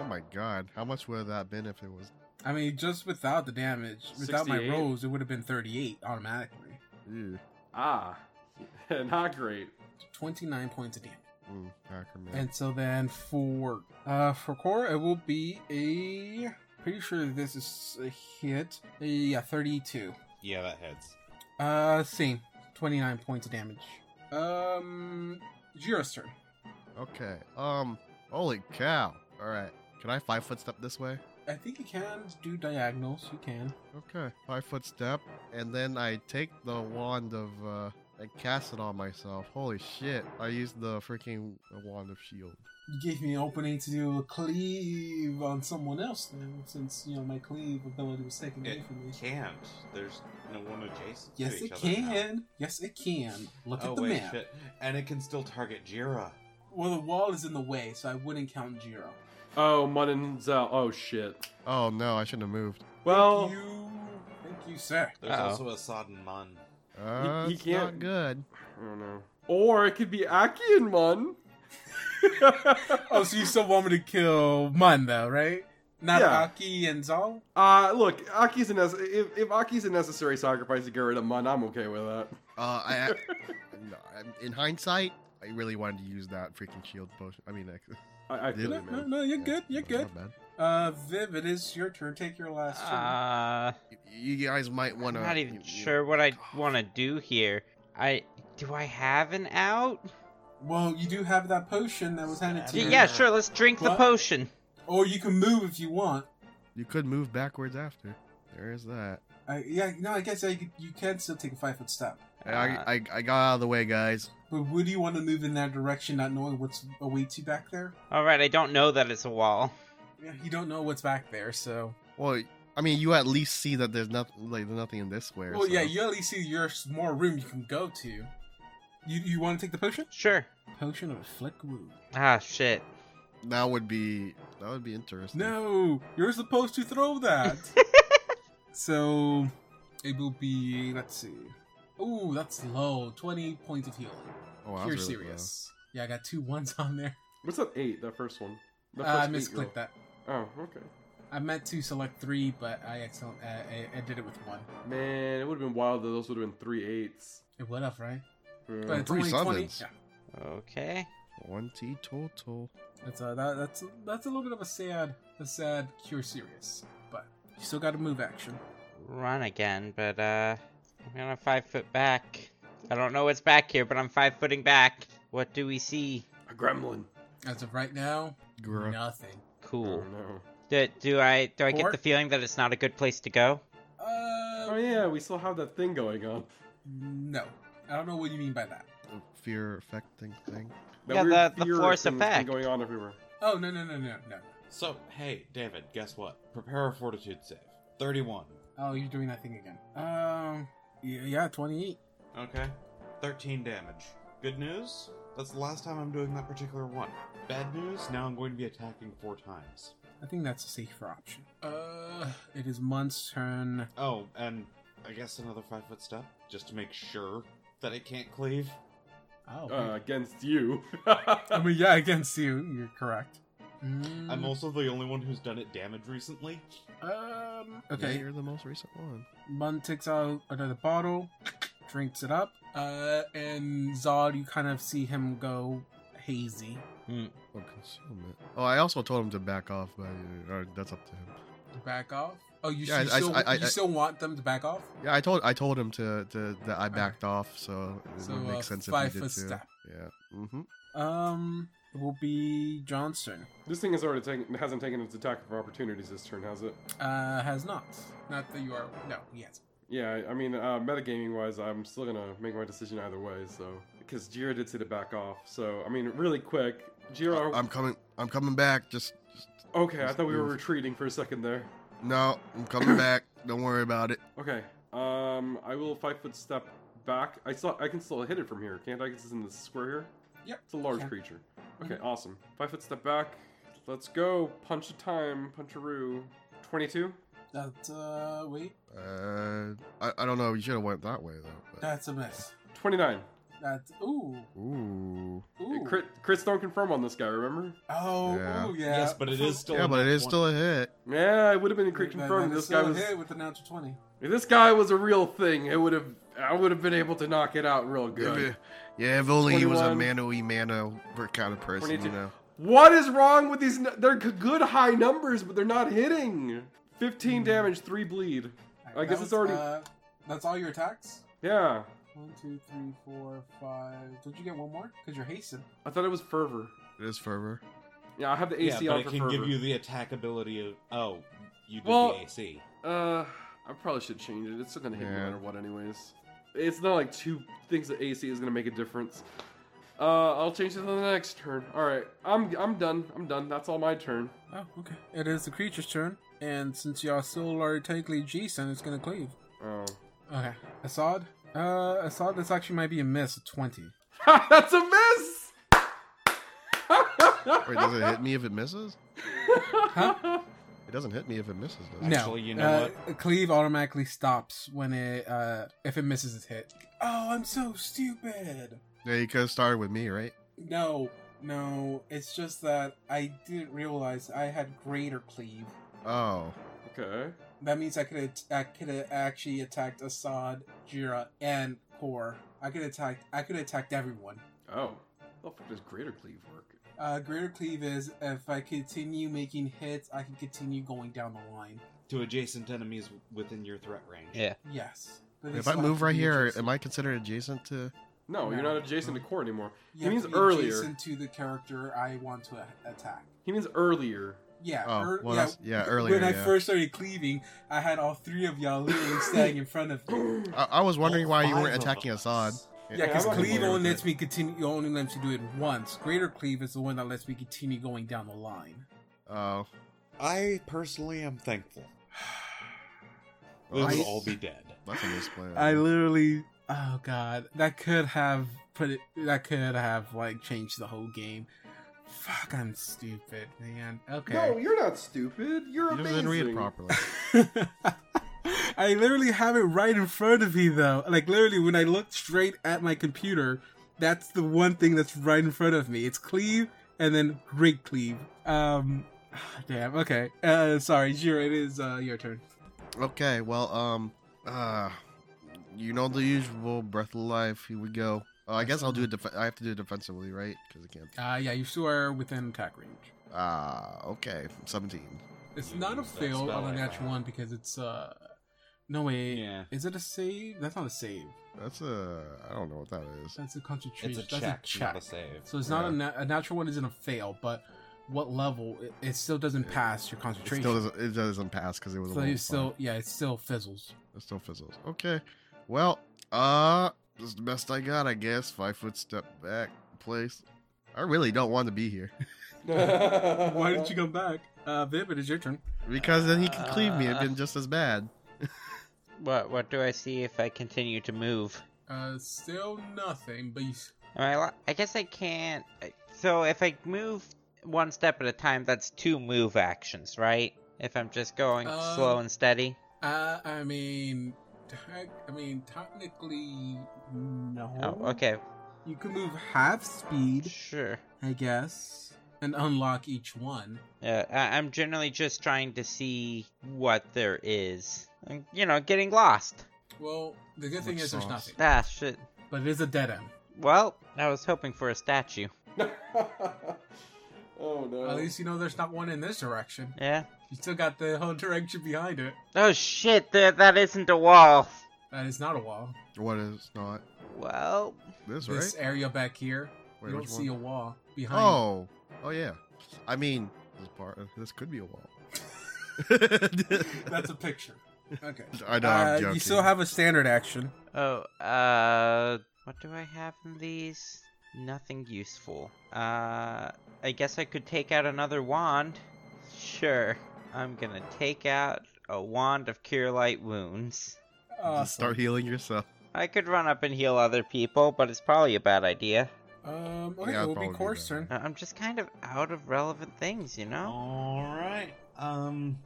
Speaker 3: Oh my god, how much would that have been if it was?
Speaker 4: I mean, just without the damage, without my
Speaker 1: 68?
Speaker 4: rolls, it would have been 38 automatically.
Speaker 3: Ew,
Speaker 1: Ah, not great.
Speaker 4: 29 points of damage.
Speaker 3: mm, Ackerman.
Speaker 4: And so then for uh for core it will be a pretty sure this is a hit. Uh, Yeah, 32.
Speaker 6: Yeah, that hits.
Speaker 4: Uh same. 29 points of damage. Um, Jiro's turn.
Speaker 3: Okay. Um. Holy cow! All right. Can I five foot step this way?
Speaker 4: I think you can do diagonals. You can.
Speaker 3: Okay. Five foot step, and then I take the wand of uh and cast it on myself. Holy shit! I used the freaking wand of shield.
Speaker 4: You gave me an opening to do a cleave on someone else, then, since you know my cleave ability was taken away
Speaker 6: It
Speaker 4: from me.
Speaker 6: Eh, can't. There's no one adjacent
Speaker 4: Yes,
Speaker 6: to
Speaker 4: it
Speaker 6: each other now.
Speaker 4: can. Yes, it can. Look
Speaker 6: oh
Speaker 4: at the
Speaker 6: wait,
Speaker 4: map.
Speaker 6: shit. And it can still target Jira.
Speaker 4: Well, the wall is in the way, so I wouldn't count Jiro.
Speaker 1: Oh, Munin's out. Oh shit.
Speaker 3: Oh no! I shouldn't have moved.
Speaker 1: Well,
Speaker 4: Thank you, thank you, sir.
Speaker 6: There's
Speaker 2: Uh-oh.
Speaker 6: also a Sodden Mun.
Speaker 3: Uh,
Speaker 1: He- he
Speaker 3: it's not
Speaker 1: can't-
Speaker 3: good.
Speaker 1: I don't know. Or it could be Aki and Mun.
Speaker 4: Oh, so you still want me to kill Mun, though, right? Not
Speaker 1: Yeah.
Speaker 4: Aki and Zal?
Speaker 1: Uh, look, Aki's a nece- if, if Aki's a necessary sacrifice to get rid of Mun, I'm okay with that.
Speaker 3: Uh, I, I no, I'm- in hindsight, I really wanted to use that freaking shield potion. I mean, ex-
Speaker 1: I, I feel
Speaker 3: Really,
Speaker 4: No,
Speaker 1: you,
Speaker 4: no,
Speaker 1: man.
Speaker 4: no, you're
Speaker 3: yeah,
Speaker 4: good, you're
Speaker 3: not
Speaker 4: good.
Speaker 3: bad.
Speaker 4: Uh, Viv, it is your turn. Take your last turn.
Speaker 2: Uh,
Speaker 3: Y- You guys might
Speaker 2: I'm
Speaker 3: want to.
Speaker 2: not even sure what I want to do here. I do I have an out?
Speaker 4: well, you do have that potion that was handed to
Speaker 2: Y-
Speaker 4: you.
Speaker 2: yeah, sure. Let's drink the
Speaker 4: What?
Speaker 2: potion.
Speaker 4: Or you can move if you want.
Speaker 3: You could move backwards after. There is that.
Speaker 4: I, yeah, no, I guess I, could- you can still take a five foot step.
Speaker 3: I,
Speaker 4: Uh,
Speaker 3: I, I got out of the way, guys.
Speaker 4: But would you want to move in that direction, not knowing what's awaits you back there?
Speaker 2: All right. I don't know that it's a wall.
Speaker 4: Yeah, you don't know what's back there, so.
Speaker 3: Well, I mean, you at least see that there's nothing like there's nothing in this square.
Speaker 4: Well, yeah,
Speaker 3: so-
Speaker 4: you at least see there's more room you can go to. You you want to take the potion?
Speaker 2: Sure.
Speaker 4: Potion of afflict wound.
Speaker 2: Ah, shit.
Speaker 3: that would be that would be interesting.
Speaker 4: No, you're supposed to throw that. so it will be. Let's see. Ooh, that's low. Twenty points of healing.
Speaker 3: oh, wow,
Speaker 4: You're
Speaker 3: that's really
Speaker 4: serious. Yeah, I got two ones on there.
Speaker 1: What's that eight? That first one. That
Speaker 4: Uh, I
Speaker 1: first eight roll.
Speaker 4: misclicked that.
Speaker 1: Oh, okay. I
Speaker 4: I meant to select three, but I excellent. Uh, I, I did it with one.
Speaker 1: Man, it would have been wild though. Those would have been three eights.
Speaker 4: It would have, right?
Speaker 1: Yeah.
Speaker 4: But it's
Speaker 3: three
Speaker 4: only twenty.
Speaker 3: sevens.
Speaker 4: Yeah.
Speaker 2: Okay.
Speaker 3: low. Twenty total.
Speaker 4: That's a, that, that's that's a little bit of a sad, a sad cure serious, but you still got to move action.
Speaker 2: Run again, but uh, I'm gonna five foot back. I don't know what's back here, but I'm five footing back. What do we see?
Speaker 1: A gremlin.
Speaker 4: As of right now,
Speaker 3: Grr.
Speaker 4: nothing.
Speaker 1: Oh,
Speaker 2: Cool.
Speaker 1: no.
Speaker 2: Do, do I do I get
Speaker 4: Four?
Speaker 2: the feeling that it's not a good place to go?
Speaker 1: Oh
Speaker 4: Uh,
Speaker 1: yeah, we still have that thing going on.
Speaker 4: no, I don't know what you mean by that.
Speaker 3: The uh, Fear affecting thing.
Speaker 1: That
Speaker 2: Yeah,
Speaker 1: weird
Speaker 2: the- the
Speaker 1: fear
Speaker 2: force
Speaker 1: thing that's been
Speaker 2: effect.
Speaker 1: going on everywhere.
Speaker 4: Oh no no no no no.
Speaker 6: So, hey, David, guess what? Prepare a fortitude save. 31.
Speaker 4: Oh, you're doing that thing again. Um, yeah, yeah twenty eight.
Speaker 6: Okay. 13 damage. Good news? That's the last time I'm doing that particular one. Bad news? Now I'm going to be attacking four times.
Speaker 4: I think that's a safer option. Uh, it is Mun's turn.
Speaker 6: Oh, and I guess another five foot step, just to make sure that it can't cleave.
Speaker 4: Oh,
Speaker 1: Uh, against you.
Speaker 4: I mean, yeah, against you, you're correct. Mm,
Speaker 6: I'm also the only one who's done it damage recently.
Speaker 4: um
Speaker 3: Yeah,
Speaker 4: okay.
Speaker 3: you're the most recent one.
Speaker 4: Mun takes out another bottle, drinks it up, uh, and Zod, you kind of see him go hazy.
Speaker 3: Oh, concealment. Oh, I also told him to back off, but uh, uh, that's up to him.
Speaker 4: Back off. Oh, you,
Speaker 3: Yeah,
Speaker 4: you
Speaker 3: I-
Speaker 4: still,
Speaker 3: I- I-
Speaker 4: you still want them to back off?
Speaker 3: Yeah, I told I told him to, to that I backed off, so it
Speaker 4: Uh, So,
Speaker 3: would
Speaker 4: uh,
Speaker 3: make sense if
Speaker 4: five
Speaker 3: he did
Speaker 4: foot
Speaker 3: too.
Speaker 4: step.
Speaker 3: Yeah. Mm-hmm.
Speaker 4: Um, it will be Johnson.
Speaker 1: this thing has already taken hasn't taken its attack of opportunities this turn, has it?
Speaker 4: Uh, has not. Not that you are. No, yes.
Speaker 1: Yeah, I- I mean, uh, metagaming wise, I'm still gonna make my decision either way. So, because Jira did say to back off. So, I mean, really quick, Jira.
Speaker 4: Oh.
Speaker 1: are-
Speaker 3: I'm coming. I'm coming back. Just, just
Speaker 1: okay, I thought we were
Speaker 3: Yes.
Speaker 1: retreating for a second there.
Speaker 3: no. I'm coming back. Don't worry about it.
Speaker 1: Okay, um, I will five foot step back. I still I can still hit it from here, can't I? 'Cause it's in the square here.
Speaker 4: Yep,
Speaker 1: It's a large
Speaker 4: can.
Speaker 1: creature. Okay, awesome. Five foot step back. Let's go. Punch a time. Puncheroo. Twenty-two.
Speaker 4: That, uh, wait.
Speaker 3: Uh, I, I don't know. You should have went that way though. But.
Speaker 4: That's a miss.
Speaker 1: Twenty-nine.
Speaker 4: That, ooh.
Speaker 3: Ooh.
Speaker 4: Ooh.
Speaker 1: Crit, crits don't confirm on this guy. Remember?
Speaker 4: Oh,
Speaker 3: Yeah.
Speaker 4: ooh, yeah.
Speaker 6: Yes, but it is still.
Speaker 3: Yeah, but it is
Speaker 6: one.
Speaker 3: still a hit.
Speaker 1: Yeah, it would have been a crit
Speaker 4: That- that
Speaker 1: confirm.
Speaker 4: is
Speaker 1: This guy
Speaker 4: still
Speaker 1: was.
Speaker 4: hit with the natural 20.
Speaker 1: If this guy was a real thing, it would have I would have been able to knock it out real
Speaker 3: If
Speaker 1: good.
Speaker 3: it- yeah, if only he was a
Speaker 1: 21.
Speaker 3: mano y mano kind of person,
Speaker 1: 22.
Speaker 3: you know.
Speaker 1: What is wrong with these? n- They're g- good high numbers, but they're not hitting. Fifteen damage, three bleed. I guess
Speaker 4: That
Speaker 1: it's
Speaker 4: was,
Speaker 1: already-
Speaker 4: Uh, that's all your attacks?
Speaker 1: Yeah,
Speaker 4: One, two, three, four, five. Did you get one more? Because you're hasted.
Speaker 1: I thought it was fervor.
Speaker 3: It is fervor.
Speaker 1: Yeah, I have the AC
Speaker 6: yeah, but
Speaker 1: on
Speaker 6: it
Speaker 1: for
Speaker 6: can
Speaker 1: fervor.
Speaker 6: give you the attack ability of. Oh, you did
Speaker 1: Well-
Speaker 6: the AC.
Speaker 1: Uh, I probably should change it. It's still gonna hit no
Speaker 3: Yeah.
Speaker 1: matter what, anyways. It's not like two things that AC is gonna make a difference. Uh, I'll change it to the next turn. All right, I'm I'm done. I'm done. That's all my turn.
Speaker 4: Oh, okay. It is the creature's turn, and since y'all still are technically adjacent, it's gonna cleave.
Speaker 1: Oh,
Speaker 4: Okay. Assad? Uh, Assad, this actually might be a miss at 20.
Speaker 1: that's a miss.
Speaker 3: Wait, does it hit me if it misses?
Speaker 1: huh?
Speaker 3: It doesn't hit me if it misses. Does it?
Speaker 4: No.
Speaker 6: Actually, you know
Speaker 4: uh, Cleave automatically stops when it, uh, if it misses its hit. Oh, I'm so stupid!
Speaker 3: Yeah, you could have started with me, right?
Speaker 4: No, no, it's just that I didn't realize I had greater cleave.
Speaker 3: Oh,
Speaker 1: Okay.
Speaker 4: That means I could at- I could have actually attacked Assad, Jira, and Kor. I could attack I could have attacked everyone.
Speaker 1: Oh, how the fuck does greater cleave work?
Speaker 4: Uh, greater cleave is if I continue making hits, I can continue going down the line.
Speaker 6: To adjacent enemies w- within your threat range.
Speaker 2: Yeah.
Speaker 4: Yes. But they
Speaker 3: if I
Speaker 4: still have
Speaker 3: move
Speaker 4: to
Speaker 3: right
Speaker 4: be
Speaker 3: here,
Speaker 4: adjacent.
Speaker 3: am I considered adjacent to?
Speaker 1: No, you're
Speaker 4: No.
Speaker 1: not adjacent to core anymore.
Speaker 4: You
Speaker 1: It
Speaker 4: have
Speaker 1: means
Speaker 4: to be
Speaker 1: earlier.
Speaker 4: adjacent to the character I want to a- attack.
Speaker 1: He means earlier.
Speaker 4: Yeah.
Speaker 3: Oh,
Speaker 4: ear-
Speaker 3: well,
Speaker 4: yeah.
Speaker 3: that's- yeah,
Speaker 4: When
Speaker 3: earlier,
Speaker 4: I
Speaker 3: yeah.
Speaker 4: first started cleaving, I had all three of y'all literally standing in front of me.
Speaker 3: I, I was wondering
Speaker 6: All
Speaker 3: why you
Speaker 6: Oh, five
Speaker 3: weren't
Speaker 6: of
Speaker 3: attacking
Speaker 6: us.
Speaker 3: Assad.
Speaker 4: Yeah, because
Speaker 1: I'm not
Speaker 4: cleave
Speaker 1: familiar
Speaker 4: only
Speaker 1: with
Speaker 4: lets me continue. Only lets me do it once. Greater cleave is the one that lets me continue going down the line.
Speaker 3: Oh,
Speaker 6: I personally am thankful. We
Speaker 3: I-
Speaker 6: would all be dead.
Speaker 3: that's a misplay.
Speaker 4: I literally. Oh god, that could have put it. That could have like changed the whole game. Fuck, I'm stupid, man.
Speaker 1: No,
Speaker 4: Okay.
Speaker 1: you're not stupid. You're
Speaker 3: you
Speaker 1: amazing.
Speaker 3: didn't read it properly.
Speaker 4: I literally have it right in front of me though. Like literally, when I look straight at my computer, that's the one thing that's right in front of me. It's cleave and then great cleave. Um, damn. Okay. Uh, sorry, Jira. It is uh your turn.
Speaker 3: Okay, well, um, uh, you know the usual Breath of Life. Here we go. Uh, I guess I'll do it. Def- I have to do it defensively, right? Because I can't.
Speaker 4: Uh, yeah, you still are within attack range.
Speaker 3: Ah, okay, seventeen.
Speaker 4: It's
Speaker 6: You
Speaker 4: not a
Speaker 6: use that
Speaker 4: fail
Speaker 6: spell
Speaker 4: on a
Speaker 6: like
Speaker 4: natural
Speaker 6: that.
Speaker 4: one because it's uh no wait.
Speaker 6: Yeah.
Speaker 4: Is it a save? That's not a save.
Speaker 3: That's a. I don't know what that is.
Speaker 4: That's a concentration.
Speaker 6: It's a
Speaker 4: That's
Speaker 6: check,
Speaker 4: a check.
Speaker 6: not a save.
Speaker 4: So it's not
Speaker 3: Yeah.
Speaker 4: a, na- a natural one. Isn't a fail, but what level? It, it still doesn't
Speaker 3: It-
Speaker 4: pass your
Speaker 3: It
Speaker 4: concentration.
Speaker 3: still doesn't. It doesn't pass because it was. a
Speaker 4: so
Speaker 3: level
Speaker 4: you
Speaker 3: five.
Speaker 4: still yeah, it still fizzles.
Speaker 3: It still fizzles. Okay. Well, uh, this is the best I got, I guess. Five foot step back place. I really don't want to be here
Speaker 4: Why did you come back? Uh, Viv, it is your turn.
Speaker 3: because then he could cleave me. It'd been just as bad.
Speaker 2: What what do I see if I continue to move?
Speaker 4: Uh, still nothing, but you, s-
Speaker 2: Am I, lo- I guess I can't. So if I move one step at a time, that's two move actions, right? If I'm just going
Speaker 4: Um,
Speaker 2: slow and steady.
Speaker 4: uh, I mean, tec- I mean, technically, no.
Speaker 2: Oh, okay,
Speaker 4: You can move half speed,
Speaker 2: sure.
Speaker 4: I guess, and unlock each one.
Speaker 2: Uh, I- I'm generally just trying to see what there is. I'm, you know, getting lost.
Speaker 4: Well, the good thing
Speaker 3: Which
Speaker 4: is there's
Speaker 3: sauce?
Speaker 4: nothing,
Speaker 2: Ah, shit.
Speaker 4: but it is a dead end.
Speaker 2: Well, I was hoping for a statue.
Speaker 1: oh no.
Speaker 4: At least you know there's not one in this direction.
Speaker 2: Yeah.
Speaker 4: You still got the whole direction behind it.
Speaker 2: Oh shit! That that isn't a wall.
Speaker 4: That is not a wall.
Speaker 3: What is not
Speaker 2: Well,
Speaker 3: this right?
Speaker 4: This area back here,
Speaker 3: Wait,
Speaker 4: you
Speaker 3: which
Speaker 4: don't see
Speaker 3: one?
Speaker 4: a wall behind.
Speaker 3: Oh, oh yeah. I mean, this part. This could be a wall. That's.
Speaker 4: that's a picture. Okay.
Speaker 3: I know. I'm
Speaker 4: Uh,
Speaker 3: joking.
Speaker 4: you still have a standard action.
Speaker 2: Oh, uh, what do I have in these? Nothing useful. Uh, I guess I could take out another wand. Sure. I'm gonna take out a wand of cure light wounds.
Speaker 4: Awesome.
Speaker 3: Just start healing yourself.
Speaker 2: I could run up and heal other people, but it's probably a bad idea.
Speaker 4: Um, okay,
Speaker 3: Yeah,
Speaker 4: it will
Speaker 3: probably
Speaker 4: be
Speaker 3: be
Speaker 4: Cor's
Speaker 3: better.
Speaker 4: turn.
Speaker 2: I- I'm just kind of out of relevant things, you know?
Speaker 6: All right. Um.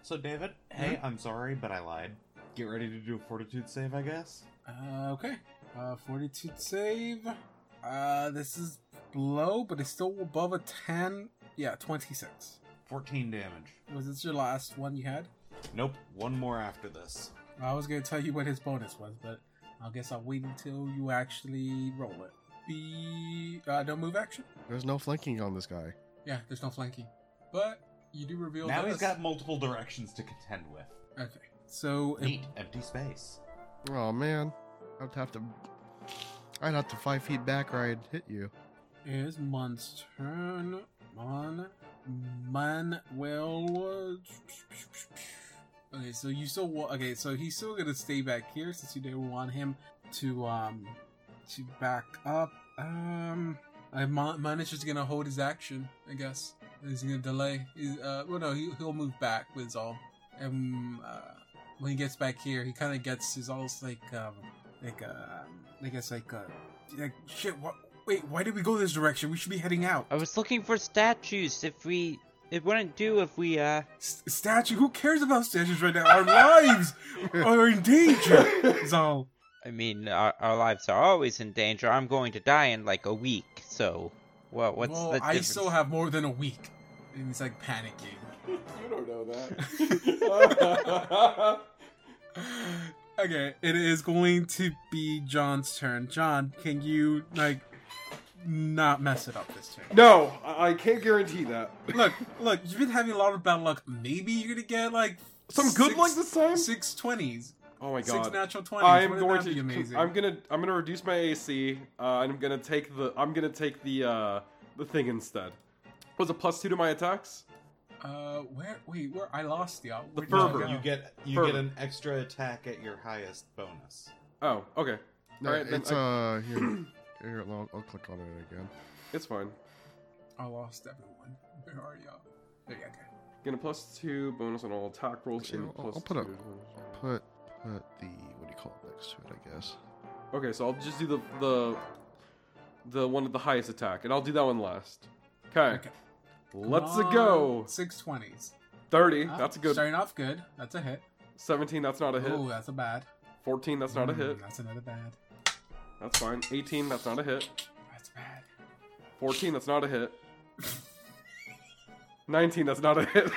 Speaker 6: So David, hey,
Speaker 4: Hmm?
Speaker 6: I'm sorry, but I lied. Get ready to do a fortitude save, I guess.
Speaker 4: Uh, okay. Uh, 42 save. Uh, this is low, but it's still above a 10. Yeah, 26.
Speaker 6: 14 damage.
Speaker 4: Was this your last one you had?
Speaker 6: Nope. One more after this.
Speaker 4: I was gonna tell you what his bonus was, but I guess I'll wait until you actually roll it. Be uh, no move action.
Speaker 3: There's no flanking on this guy.
Speaker 4: Yeah, there's no flanking, but you do reveal.
Speaker 6: Now
Speaker 4: that
Speaker 6: he's
Speaker 4: that's-
Speaker 6: got multiple directions to contend with.
Speaker 4: Okay, so it,
Speaker 6: Neat. Empty space.
Speaker 3: Oh man. I'd have to. I'd have to five feet back or I'd hit you.
Speaker 4: It is Mon's turn. Mon. Mon. Well. Uh, okay, so you still. wa- Okay, so he's still gonna stay back here since you don't want him to um to back up. Um, I, Mon, Mon is just gonna hold his action, I guess. He's gonna delay. He's, uh, well, no, he, he'll move back with his all. And uh, when he gets back here, he kind of gets his almost like um like um I guess like uh like shit. What? Wait, why did we go this direction? We should be heading out.
Speaker 2: I was looking for statues. If we, it wouldn't do if we. uh...
Speaker 4: S- statue? Who cares about statues right now? Our lives are in danger. Zal.
Speaker 2: I mean, our, our lives are always in danger. I'm going to die in like a week. So, well, what's
Speaker 4: well,
Speaker 2: the
Speaker 4: I
Speaker 2: difference?
Speaker 4: still have more than a week, and he's like panicking.
Speaker 1: you don't know that.
Speaker 4: okay, it is going to be John's turn. John, can you like not mess it up this turn?
Speaker 1: no, I I can't guarantee that.
Speaker 4: Look, look, you've been having a lot of bad luck. Maybe you're gonna get like
Speaker 1: Some good
Speaker 4: six-
Speaker 1: luck this time.
Speaker 4: Six twenties,
Speaker 1: oh my
Speaker 4: six
Speaker 1: god.
Speaker 4: natural twenties.
Speaker 1: I'm
Speaker 4: Wouldn't
Speaker 1: going
Speaker 4: that
Speaker 1: to.
Speaker 4: be amazing.
Speaker 1: I'm gonna. I'm gonna reduce my AC. Uh, and I'm gonna take the. I'm gonna take the. Uh, the thing instead. Was a plus two to my attacks.
Speaker 4: Uh, where? Wait, where? I lost y'all.
Speaker 1: The
Speaker 4: Where'd y'all
Speaker 1: fervor.
Speaker 4: go?
Speaker 1: Yeah.
Speaker 5: You get you
Speaker 1: Fur-
Speaker 5: get an extra attack at your highest bonus.
Speaker 1: Oh, okay.
Speaker 3: No,
Speaker 1: All right, then
Speaker 3: it's
Speaker 1: I-
Speaker 3: uh here. here I'll, I'll click on it again.
Speaker 1: It's fine.
Speaker 4: I lost everyone. Where are y'all? There you go.
Speaker 1: Get a plus two bonus on all attack rolls.
Speaker 3: Actually,
Speaker 1: and
Speaker 3: I'll-
Speaker 1: plus
Speaker 3: I'll put a-
Speaker 1: two bonus.
Speaker 3: Put put the what do you call it next to it? I guess.
Speaker 1: Okay, so I'll just do the the the one at the highest attack, and I'll do that one last. Okay.
Speaker 4: Okay.
Speaker 1: Let's go.
Speaker 4: Six twenties.
Speaker 1: Thirty. That's a good.
Speaker 4: Starting off good. That's a hit.
Speaker 1: Seventeen. That's not a hit.
Speaker 4: Oh, that's a bad.
Speaker 1: Fourteen. That's not a
Speaker 4: Mm,
Speaker 1: hit.
Speaker 4: That's another bad.
Speaker 1: That's fine. Eighteen. That's not a hit.
Speaker 4: That's bad.
Speaker 1: Fourteen. That's not a hit. Nineteen. That's not a hit.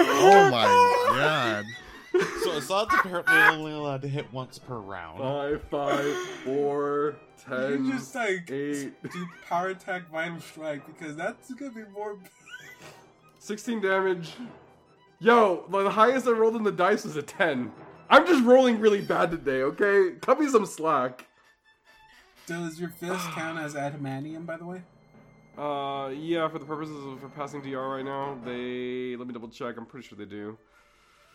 Speaker 3: Oh my god!
Speaker 6: So Assad's apparently only allowed to hit once per round.
Speaker 1: Five, five, four, ten,
Speaker 4: you just like
Speaker 1: eight.
Speaker 4: do power attack vital strike because that's gonna be more.
Speaker 1: 16 damage. Yo, the highest I rolled in the dice was a 10. I'm just rolling really bad today, okay? Cut me some slack.
Speaker 4: Does your fist count as adamantium, by the way?
Speaker 1: Uh, yeah, for the purposes of for passing DR right now, they. Let me double check. I'm pretty sure they do.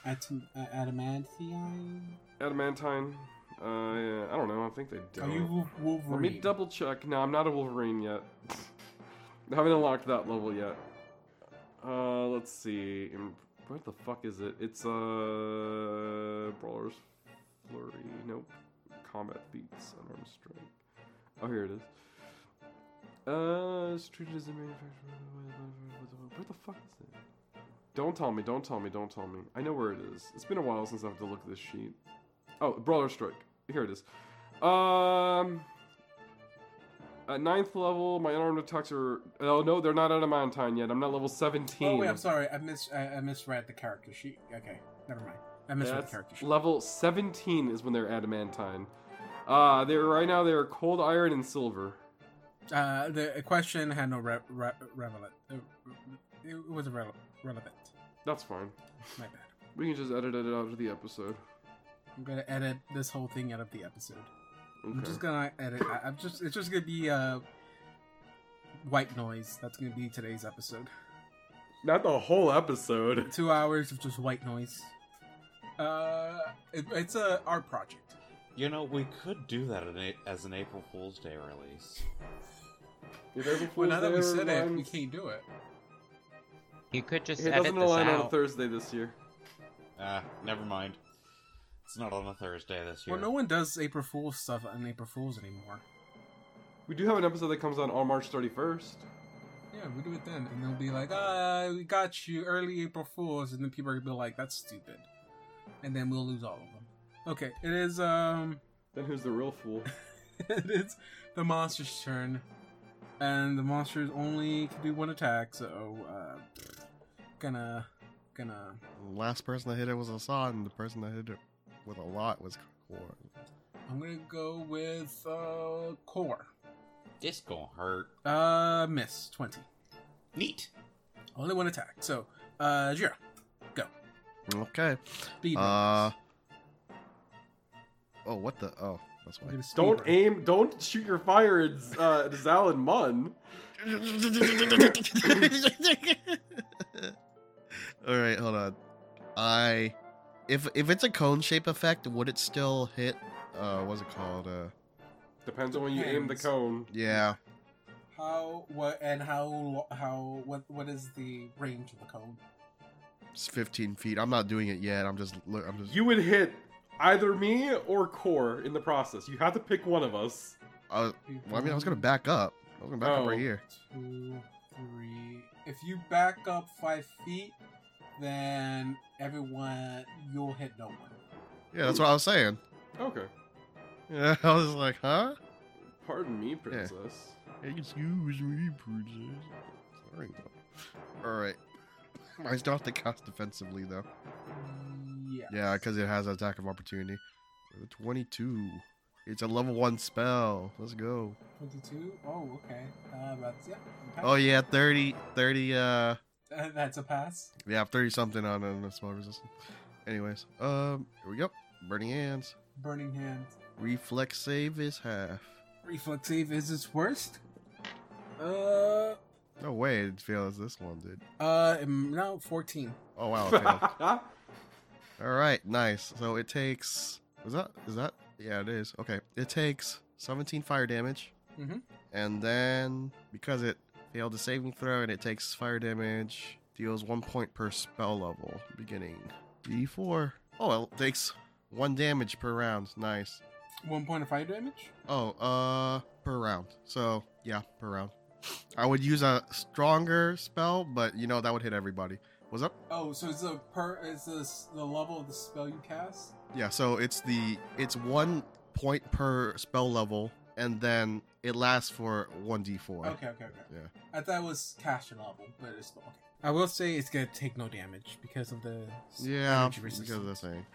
Speaker 4: Atom- uh, adamantium.
Speaker 1: Adamantine. Uh, yeah, I don't know. I think they do.
Speaker 4: Are you Wol- Wolverine?
Speaker 1: Let me double check. No, I'm not a Wolverine yet. I haven't unlocked that level yet. Uh, let's see. Im- Where the fuck is it? It's uh, Brawler's Flurry. Nope. Combat beats unarmed strike. Oh, here it is. Uh, it's treated as a manufacturer. Where the fuck is it? Don't tell me. Don't tell me. Don't tell me. I know where it is. It's been a while since I have to look at this sheet. Oh, Brawler Strike. Here it is. Um, at ninth level, my unarmed attacks are. Oh no, they're not adamantine yet. I'm not level seventeen.
Speaker 4: Oh wait, I'm sorry. I mis I, I misread the character sheet. Okay, never mind. I misread the
Speaker 1: That's
Speaker 4: character sheet.
Speaker 1: level seventeen is when they're adamantine. Uh, they're right now they're cold iron and silver.
Speaker 4: Uh, the question had no re- re- relevant. It, it was irrele- relevant.
Speaker 1: That's fine.
Speaker 4: My bad.
Speaker 1: We can just edit it out of the episode.
Speaker 4: I'm gonna edit this whole thing out of the episode. I'm
Speaker 1: Okay.
Speaker 4: just gonna edit. I- I'm just. It's just gonna be uh, white noise. That's gonna be today's episode.
Speaker 1: Not the whole episode.
Speaker 4: Two hours of just white noise. Uh, it, it's a art project.
Speaker 6: You know, we could do that in a, as an April Fool's Day release.
Speaker 1: If April
Speaker 4: Well, now
Speaker 1: Fool's
Speaker 4: that we
Speaker 1: Day
Speaker 4: said it, we
Speaker 1: rhymes-
Speaker 4: can't do it.
Speaker 2: You could just
Speaker 1: it
Speaker 2: edit
Speaker 1: doesn't
Speaker 2: this
Speaker 1: align on a
Speaker 2: out.
Speaker 1: Thursday this year.
Speaker 6: Ah, never mind. It's not on a Thursday this year.
Speaker 4: Well, no one does April Fool's stuff on April Fool's anymore.
Speaker 1: We do have an episode that comes out on March 31st.
Speaker 4: Yeah, we do it then, and they'll be like, "Ah, we got you, early April Fools," and then people are gonna be like, "That's stupid," and then we'll lose all of them. Okay, it is um,
Speaker 1: Then who's the real fool?
Speaker 4: it is the monster's turn, and the monsters only can do one attack, so uh, gonna gonna
Speaker 3: Last person that hit it was Assad, and the person that hit it with a lot was Korn.
Speaker 4: I'm gonna go with uh core.
Speaker 6: This gonna hurt.
Speaker 4: Uh, miss twenty,
Speaker 6: Neat.
Speaker 4: only one attack. So uh, Jira,
Speaker 3: Okay.
Speaker 4: speed.
Speaker 3: Uh. Oh, what the? Oh, That's
Speaker 4: I'm gonna speed
Speaker 1: Don't
Speaker 4: run.
Speaker 1: aim. Don't shoot your fire at, Z- uh, at Zal and Mun.
Speaker 3: why. All right, hold on. I if if it's a cone shape effect, would it still hit? Uh, what's it called? Uh,
Speaker 1: Depends on when you aim the
Speaker 4: Depends.
Speaker 1: cone.
Speaker 3: yeah.
Speaker 4: How what and how lo- how what what is the range of the cone?
Speaker 3: It's 15 feet. I'm not doing it yet. I'm just. look- I'm just.
Speaker 1: You would hit either me or Core in the process. You have to pick one of us.
Speaker 3: I was, well, I mean, I was gonna back up. I was gonna back up
Speaker 1: Oh.
Speaker 3: right here.
Speaker 4: Two, three. If you back up five feet, then everyone you'll hit no one.
Speaker 3: Yeah, that's what I was saying.
Speaker 1: Okay.
Speaker 3: Yeah, I was like, huh?
Speaker 1: Pardon me, princess.
Speaker 3: Excuse me, princess. Oh, Sorry. though. All right. I still have to cast defensively though.
Speaker 4: Yes.
Speaker 3: Yeah, because it has an attack of opportunity. Uh, 22. It's a level one spell. Let's go.
Speaker 4: twenty-two. Oh, okay. Uh, that's yeah. okay.
Speaker 3: Oh yeah, 30, 30. Uh,
Speaker 4: Uh, that's a pass.
Speaker 3: yeah, 30 something on on a spell resistance. Anyways, um, here we go. Burning hands.
Speaker 4: Burning hand.
Speaker 3: Reflex save is half.
Speaker 4: Reflex save is its worst. Uh,
Speaker 3: No way, it fails this one, dude.
Speaker 4: uh, no, fourteen.
Speaker 3: Oh wow, it failed. All right, nice. So it takes. Is that? Is that? Yeah, it is. Okay, it takes 17 fire damage,
Speaker 4: Mhm.
Speaker 3: and then because it failed the saving throw and it takes fire damage, deals one point per spell level beginning. D4. Oh, it takes one damage per round. Nice.
Speaker 4: One point of fire damage.
Speaker 3: Oh, uh, per round. So yeah, per round. I would use a stronger spell, but you know that would hit everybody. What's up?
Speaker 4: Oh, so is the per is this the level of the spell you cast?
Speaker 3: Yeah, so it's the it's one point per spell level, and then it lasts for one d four.
Speaker 4: Okay, okay, okay.
Speaker 3: Yeah.
Speaker 4: I thought it was cash and level, but it's not. Okay. I will say it's gonna take no damage because of the s-
Speaker 3: Yeah,
Speaker 4: energy
Speaker 3: because
Speaker 4: resistance.
Speaker 3: of the thing.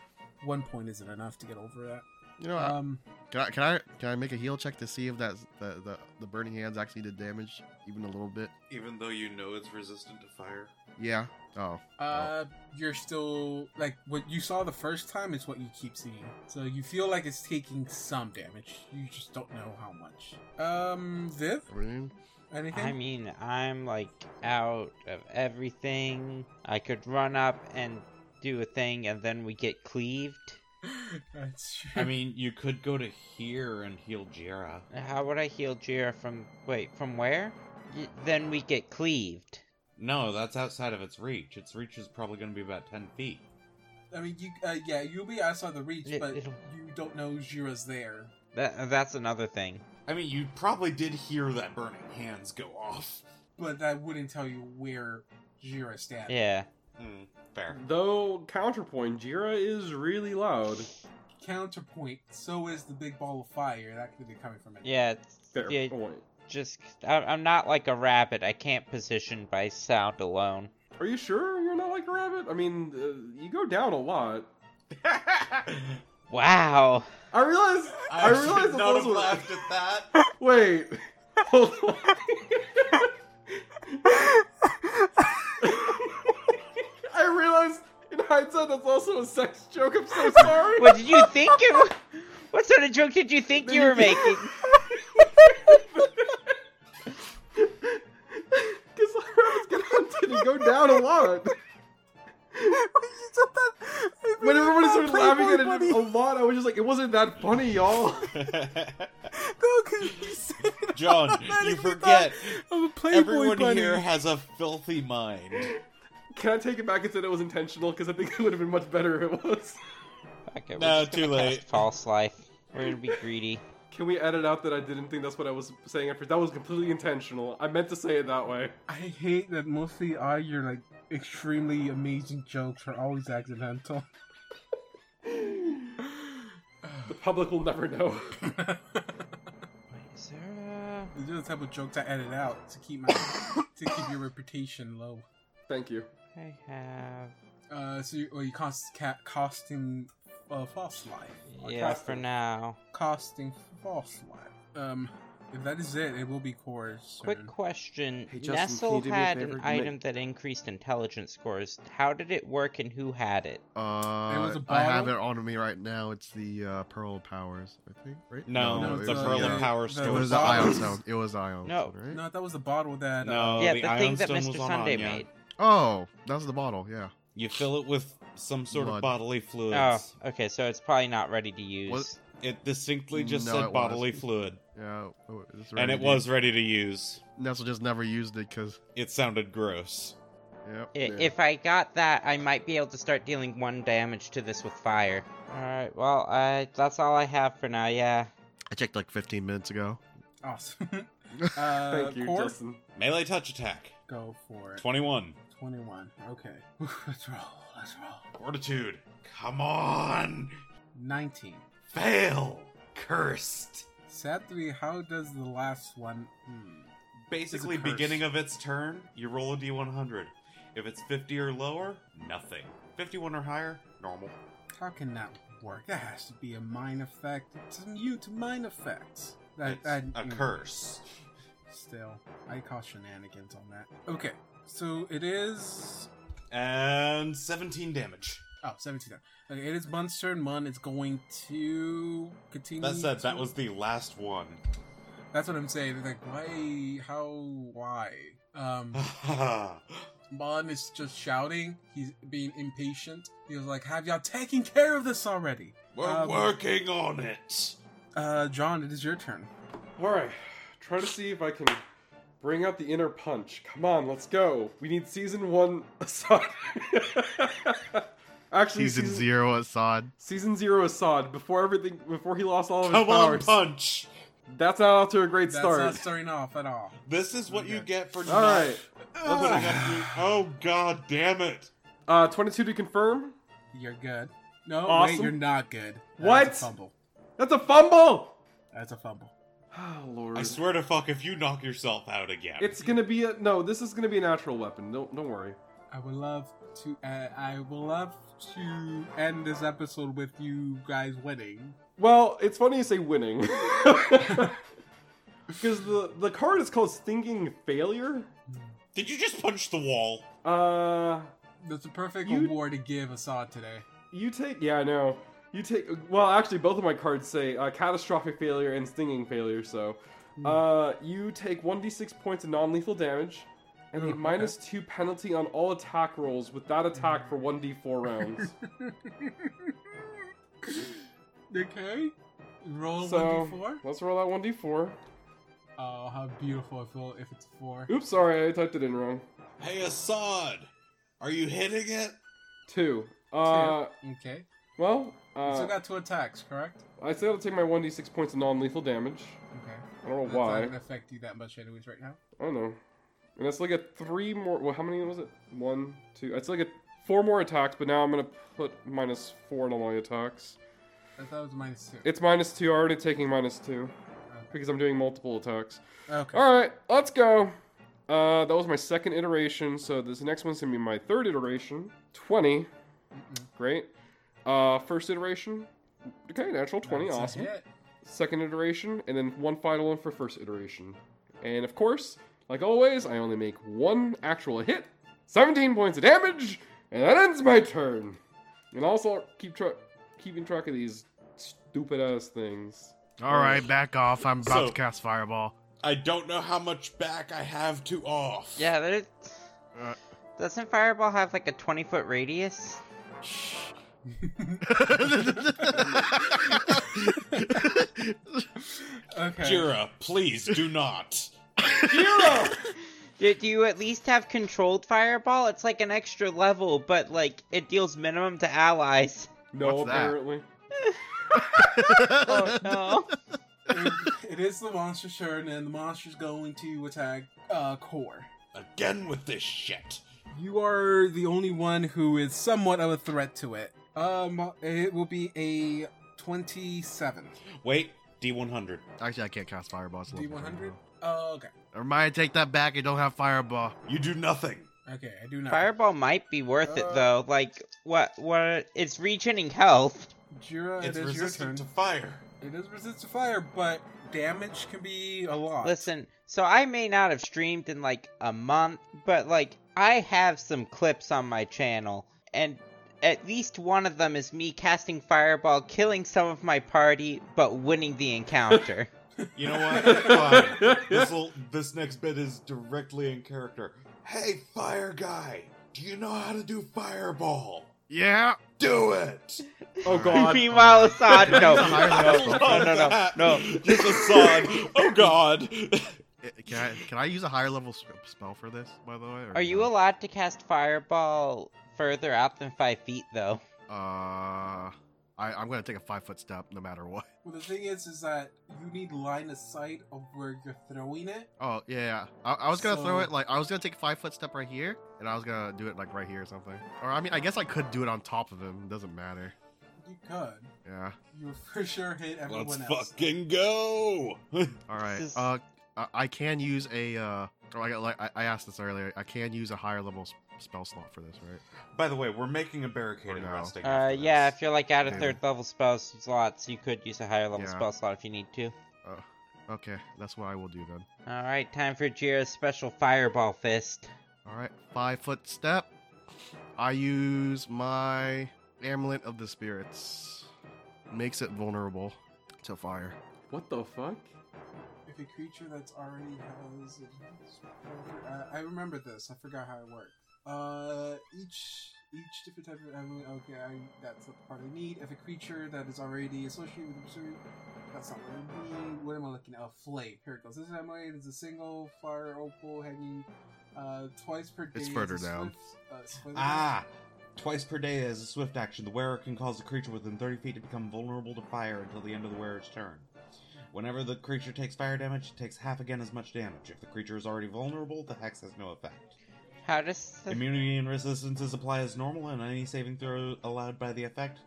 Speaker 4: One point isn't enough to get over that.
Speaker 3: You know, I-
Speaker 4: Um,
Speaker 3: can I can I can I make a heal check to see if that's the the, the burning hands actually did damage even a little bit?
Speaker 6: Even though you know it's resistant to fire.
Speaker 3: Yeah. Oh.
Speaker 4: uh, you're still like what you saw the first time is what you keep seeing, so you feel like it's taking some damage. You just don't know how much. Um, Viv,
Speaker 3: I mean,
Speaker 4: anything?
Speaker 2: I mean, I'm like out of everything. I could run up and do a thing, and then we get cleaved.
Speaker 4: That's true.
Speaker 6: I mean, you could go to here and heal Jira.
Speaker 2: How would I heal Jira from. Wait, from where? Y- then we get cleaved.
Speaker 6: No, that's outside of its reach. Its reach is probably going to be about 10 feet.
Speaker 4: I mean, you uh, yeah, you'll be outside the reach,
Speaker 2: It-
Speaker 4: but
Speaker 2: it'll-
Speaker 4: you don't know Jira's there.
Speaker 2: That, that's another thing.
Speaker 6: I mean, you probably did hear that burning hands go off.
Speaker 4: But that wouldn't tell you where Jira stands.
Speaker 2: Yeah.
Speaker 6: Hmm, fair.
Speaker 1: Though counterpoint, Jira is really loud.
Speaker 4: Counterpoint. So is the big ball of fire that could be coming from it.
Speaker 2: Yeah. It's,
Speaker 1: Fair
Speaker 2: yeah,
Speaker 1: point.
Speaker 2: just. I, I'm not like a rabbit. I can't position by sound alone.
Speaker 1: Are you sure you're not like a rabbit? I mean, uh, you go down a lot.
Speaker 2: Wow.
Speaker 1: I realize. I,
Speaker 6: should
Speaker 1: realize that
Speaker 6: not
Speaker 1: those
Speaker 6: have
Speaker 1: were.
Speaker 6: laughed at that.
Speaker 1: Wait. Hold on. I realized in hindsight that's also a sex joke. I'm so sorry.
Speaker 2: What did you think it was? What sort of joke did you think you were making?
Speaker 1: Because I was gonna hunted and go down a lot. When everybody started laughing at it a lot, I was just like, it wasn't that funny, y'all.
Speaker 6: John, you forget. Everyone here has a filthy mind.
Speaker 1: Can I take it back and say that was intentional? Because I think it would have been much better if it was.
Speaker 2: Okay, we're
Speaker 6: No,
Speaker 2: just
Speaker 6: too
Speaker 2: gonna
Speaker 6: late.
Speaker 2: Cast false life. We're gonna be greedy.
Speaker 1: Can we edit out that I didn't think that's what I was saying at first? That was completely intentional. I meant to say it that way.
Speaker 4: I hate that mostly all your like extremely amazing jokes are always accidental.
Speaker 1: The public will never know.
Speaker 4: These
Speaker 2: Is there
Speaker 4: are the type of jokes I edit out to keep my to keep your reputation low.
Speaker 1: Thank you.
Speaker 2: a... I have.
Speaker 4: Uh, so you, well, you cost ca- costing uh, false life. Or
Speaker 2: Yeah,
Speaker 4: cost-
Speaker 2: for now.
Speaker 4: costing false life. Um, If that is it, it will be core soon.
Speaker 2: Quick question.
Speaker 1: Hey, Justin, can
Speaker 2: Nestle
Speaker 1: you do me a
Speaker 2: had
Speaker 1: favor?
Speaker 2: an
Speaker 1: You may-
Speaker 2: item that increased intelligence scores. How did it work and who had it?
Speaker 3: Uh,
Speaker 4: was a
Speaker 3: I have it
Speaker 4: bottle?
Speaker 3: on me right now. It's the uh, Pearl of Powers, I think, right?
Speaker 6: No,
Speaker 4: No, the
Speaker 6: it's the
Speaker 3: was,
Speaker 6: Pearl
Speaker 4: Perla
Speaker 3: uh,
Speaker 6: and Power
Speaker 4: the-
Speaker 3: It
Speaker 6: Stone.
Speaker 3: was the Ion Stone. It was Ion
Speaker 2: No.
Speaker 3: Stone, right?
Speaker 4: No, that was the bottle that. Uh,
Speaker 6: No,
Speaker 2: yeah,
Speaker 6: Oh, the,
Speaker 2: the,
Speaker 6: Ion
Speaker 2: thing that
Speaker 6: Stone
Speaker 2: Mr.
Speaker 6: was on
Speaker 2: Sunday
Speaker 6: Anya.
Speaker 2: made.
Speaker 3: Oh, that was the bottle, yeah.
Speaker 6: You fill it with some sort
Speaker 3: Blood.
Speaker 6: of bodily fluids.
Speaker 2: Oh, okay, so it's probably not ready to use.
Speaker 3: Was-
Speaker 6: It distinctly just
Speaker 3: No, it
Speaker 6: said
Speaker 3: was.
Speaker 6: bodily fluid,
Speaker 3: Yeah. oh, it's
Speaker 6: and
Speaker 3: ready
Speaker 6: it
Speaker 3: to-
Speaker 6: was ready to use.
Speaker 3: Nestle just never used it because.
Speaker 6: It sounded gross.
Speaker 3: Yep.
Speaker 2: I-
Speaker 3: yeah.
Speaker 2: If I got that, I might be able to start dealing one damage to this with fire. Alright, well, uh, that's all I have for now, yeah.
Speaker 3: I checked like 15 minutes ago.
Speaker 4: awesome. uh,
Speaker 1: Thank you,
Speaker 4: core?
Speaker 1: Justin.
Speaker 6: Melee touch attack.
Speaker 4: Go for it.
Speaker 6: 21.
Speaker 4: 21. Okay. Let's roll. Let's roll.
Speaker 6: Fortitude. Come on.
Speaker 4: 19.
Speaker 6: Fail. Cursed.
Speaker 4: Sadly, how does the last one. Hmm.
Speaker 6: Basically,
Speaker 4: curse.
Speaker 6: beginning of its turn, you roll a d100. If it's 50 or lower, nothing. 51 or higher, normal.
Speaker 4: How can that work? That has to be a mind effect. It's mute mind effects. That,
Speaker 6: It's
Speaker 4: that,
Speaker 6: a
Speaker 4: mm,
Speaker 6: curse.
Speaker 4: Still, I call shenanigans on that. Okay, so it is.
Speaker 6: And 17 damage.
Speaker 4: Oh, 17 down. Okay, it is Mun's turn. Mun is going to continue.
Speaker 6: That said, that
Speaker 4: to-
Speaker 6: was the last one.
Speaker 4: That's what I'm saying. It's like, why? How? Why? Um, Mon is just shouting. He's being impatient. He was like, "Have y'all taken care of this already?"
Speaker 6: We're
Speaker 4: Um,
Speaker 6: working on it.
Speaker 4: Uh, John, it is your turn.
Speaker 1: All right, try to see if I can bring out the inner punch. Come on, let's go. We need season one Assad. Actually,
Speaker 3: Season zero Assad.
Speaker 1: Season zero Assad. Before everything, before he lost all of his
Speaker 6: Come on,
Speaker 1: Oh, powers.
Speaker 6: punch.
Speaker 1: That's not off to a great
Speaker 4: That's
Speaker 1: start.
Speaker 4: not starting off at all.
Speaker 6: This is what you
Speaker 4: Okay.
Speaker 6: get for
Speaker 1: All
Speaker 6: not
Speaker 1: right,
Speaker 4: Ah.
Speaker 6: putting up your- Oh god damn it.
Speaker 1: uh, twenty-two to confirm.
Speaker 4: You're good. No,
Speaker 1: Awesome.
Speaker 4: wait, you're not good.
Speaker 1: What?
Speaker 4: That's a fumble.
Speaker 1: That's a fumble.
Speaker 4: That's a fumble.
Speaker 1: Oh lord.
Speaker 6: I swear to fuck if you knock yourself out again.
Speaker 1: It's gonna be a no. This is gonna be a natural weapon. Don't don't worry.
Speaker 4: I would love to. Uh, I would love to end this episode with you guys winning.
Speaker 1: Well, it's funny you say winning. Because the, the card is called Stinging Failure.
Speaker 6: Did you just punch the wall?
Speaker 1: Uh,
Speaker 4: That's a perfect
Speaker 1: You-
Speaker 4: award to give Assad today.
Speaker 1: you take. Yeah, I know. You take. Well, actually, both of my cards say uh, Catastrophic Failure and Stinging Failure, so. Uh, you take 1d6 points of non lethal damage and
Speaker 6: Oh,
Speaker 4: Ooh,
Speaker 1: a
Speaker 4: okay.
Speaker 1: minus 2 penalty on all attack rolls with that attack for 1d4 rounds.
Speaker 4: okay. Roll
Speaker 1: so,
Speaker 4: one d four.
Speaker 1: let's roll that 1d4.
Speaker 4: Oh, how beautiful I feel if it's four.
Speaker 1: Oops, sorry, I typed it in wrong.
Speaker 6: Hey Assad, are you hitting it?
Speaker 1: Two. Uh,
Speaker 4: Okay.
Speaker 1: well.
Speaker 4: You
Speaker 1: Uh,
Speaker 4: still got two attacks, correct?
Speaker 1: I still gotta take my 1d6 points of non lethal damage.
Speaker 4: Okay.
Speaker 1: I don't
Speaker 4: That's
Speaker 1: know
Speaker 4: not
Speaker 1: why.
Speaker 4: gonna affect you that much, anyways, right now.
Speaker 1: I don't know. And I still get three more. Well, how many was it? One, two. I still get four more attacks, but now I'm gonna put minus four on all my attacks.
Speaker 4: I thought it was minus two.
Speaker 1: It's minus two. I'm already taking minus two because I'm doing multiple attacks.
Speaker 4: okay.
Speaker 1: Alright, let's go. Uh, that was my second iteration, so this next one's gonna be my third iteration. 20. Great. Uh, first iteration. Okay, natural 20.
Speaker 4: That's a
Speaker 1: awesome.
Speaker 4: hit.
Speaker 1: second iteration, and then one final one for first iteration. And of course, like always, I only make one actual hit, 17 points of damage, and that ends my turn. And also keep tra- keeping track of these stupid ass things.
Speaker 3: All right, back off. I'm about
Speaker 6: So-
Speaker 3: to cast Fireball.
Speaker 6: I don't know how much back I have to off.
Speaker 2: Yeah, there.
Speaker 3: Uh.
Speaker 2: Doesn't Fireball have like a 20 foot radius?
Speaker 4: Okay.
Speaker 6: Jira, please do not.
Speaker 2: Do, do you at least have controlled Fireball? It's like an extra level, but like it deals minimum to allies.
Speaker 1: No,
Speaker 3: What's that?
Speaker 1: apparently.
Speaker 2: Oh no.
Speaker 4: it is the monster's turn, and the monster's going to attack uh, Core.
Speaker 6: Again with this shit.
Speaker 4: You are the only one who is somewhat of a threat to it. Um, it will be a twenty-seven.
Speaker 6: Wait, D100.
Speaker 3: Actually, I can't cast Fireball. It's a
Speaker 4: D
Speaker 3: level
Speaker 4: one hundred.
Speaker 3: fireball.
Speaker 4: Oh, okay.
Speaker 3: Never mind, take that back. I don't have Fireball.
Speaker 6: You do nothing.
Speaker 4: Okay, I do not.
Speaker 2: Fireball might be worth
Speaker 4: Uh.
Speaker 2: it though. Like what? What? It's regening health.
Speaker 4: Jira,
Speaker 5: it's
Speaker 4: it is your turn.
Speaker 5: resistant to fire.
Speaker 4: It is resistant to fire, but damage can be a lot.
Speaker 2: Listen, so I may not have streamed in like a month, but like I have some clips on my channel, and at least one of them is me casting fireball, killing some of my party, but winning the encounter.
Speaker 5: You know what? Fine. This'll, this next bit is directly in character. Hey, fire guy, do you know how to do fireball?
Speaker 3: Yeah.
Speaker 5: Do it.
Speaker 1: Oh god.
Speaker 2: Meanwhile, Assad, no, no, no,
Speaker 5: Love
Speaker 2: no, no,
Speaker 5: that.
Speaker 2: no.
Speaker 5: Just a sod. Oh god.
Speaker 3: Eh, Can I, can I use a higher level sp- spell for this, by the way? or
Speaker 2: Are you
Speaker 3: no?
Speaker 2: allowed to cast fireball further out than five feet, though?
Speaker 3: Uh, I, I'm gonna take a five foot step no matter what.
Speaker 4: Well, the thing is, is that you need line of sight of where you're throwing it.
Speaker 3: Oh yeah, I, I was gonna throw
Speaker 4: So-
Speaker 3: it like I was gonna take a five foot step right here, and I was gonna do it like right here or something. Or I mean, I guess I could do it on top of him. It doesn't matter.
Speaker 4: You could.
Speaker 3: Yeah.
Speaker 4: You would for sure hit everyone
Speaker 5: Let's
Speaker 4: else.
Speaker 5: fucking go.
Speaker 3: All right.
Speaker 2: This is-
Speaker 3: Uh, I, I can use a uh. or Like, like I- I asked this earlier, I can use a higher level s- spell slot for this, right?
Speaker 6: By the way, we're making a barricade
Speaker 3: Or
Speaker 6: and
Speaker 3: no.
Speaker 6: resting.
Speaker 2: Uh,
Speaker 6: after
Speaker 2: yeah,
Speaker 6: this.
Speaker 2: if you're like out of
Speaker 3: Yeah.
Speaker 2: third level spell slots, you could use a higher level
Speaker 3: Yeah.
Speaker 2: spell slot if you need to.
Speaker 3: Uh, Okay, that's what I will do then.
Speaker 2: All right, time for Jira's special fireball fist.
Speaker 3: All right, five foot step. I use my amulet of the spirits. Makes it vulnerable to fire.
Speaker 1: What the fuck?
Speaker 4: If a creature that's already has, uh, I remember this. I forgot how it worked. Uh, each each different type of amulet. Okay, I, that's the part I need. If a creature that is already associated with absurd, that's not what I need. What am I looking at? A flame. Here it goes. This amulet is a single fire opal hanging uh, twice per day.
Speaker 3: It's
Speaker 4: as a
Speaker 3: further down.
Speaker 4: swift- uh, swift-
Speaker 5: Ah, twice per day as a swift action, the wearer can cause a creature within 30 feet to become vulnerable to fire until the end of the wearer's turn. Whenever the creature takes fire damage, it takes half again as much damage. If the creature is already vulnerable, the hex has no effect.
Speaker 2: How does the...
Speaker 5: Immunity and resistances apply as normal, and any saving throw allowed by the effect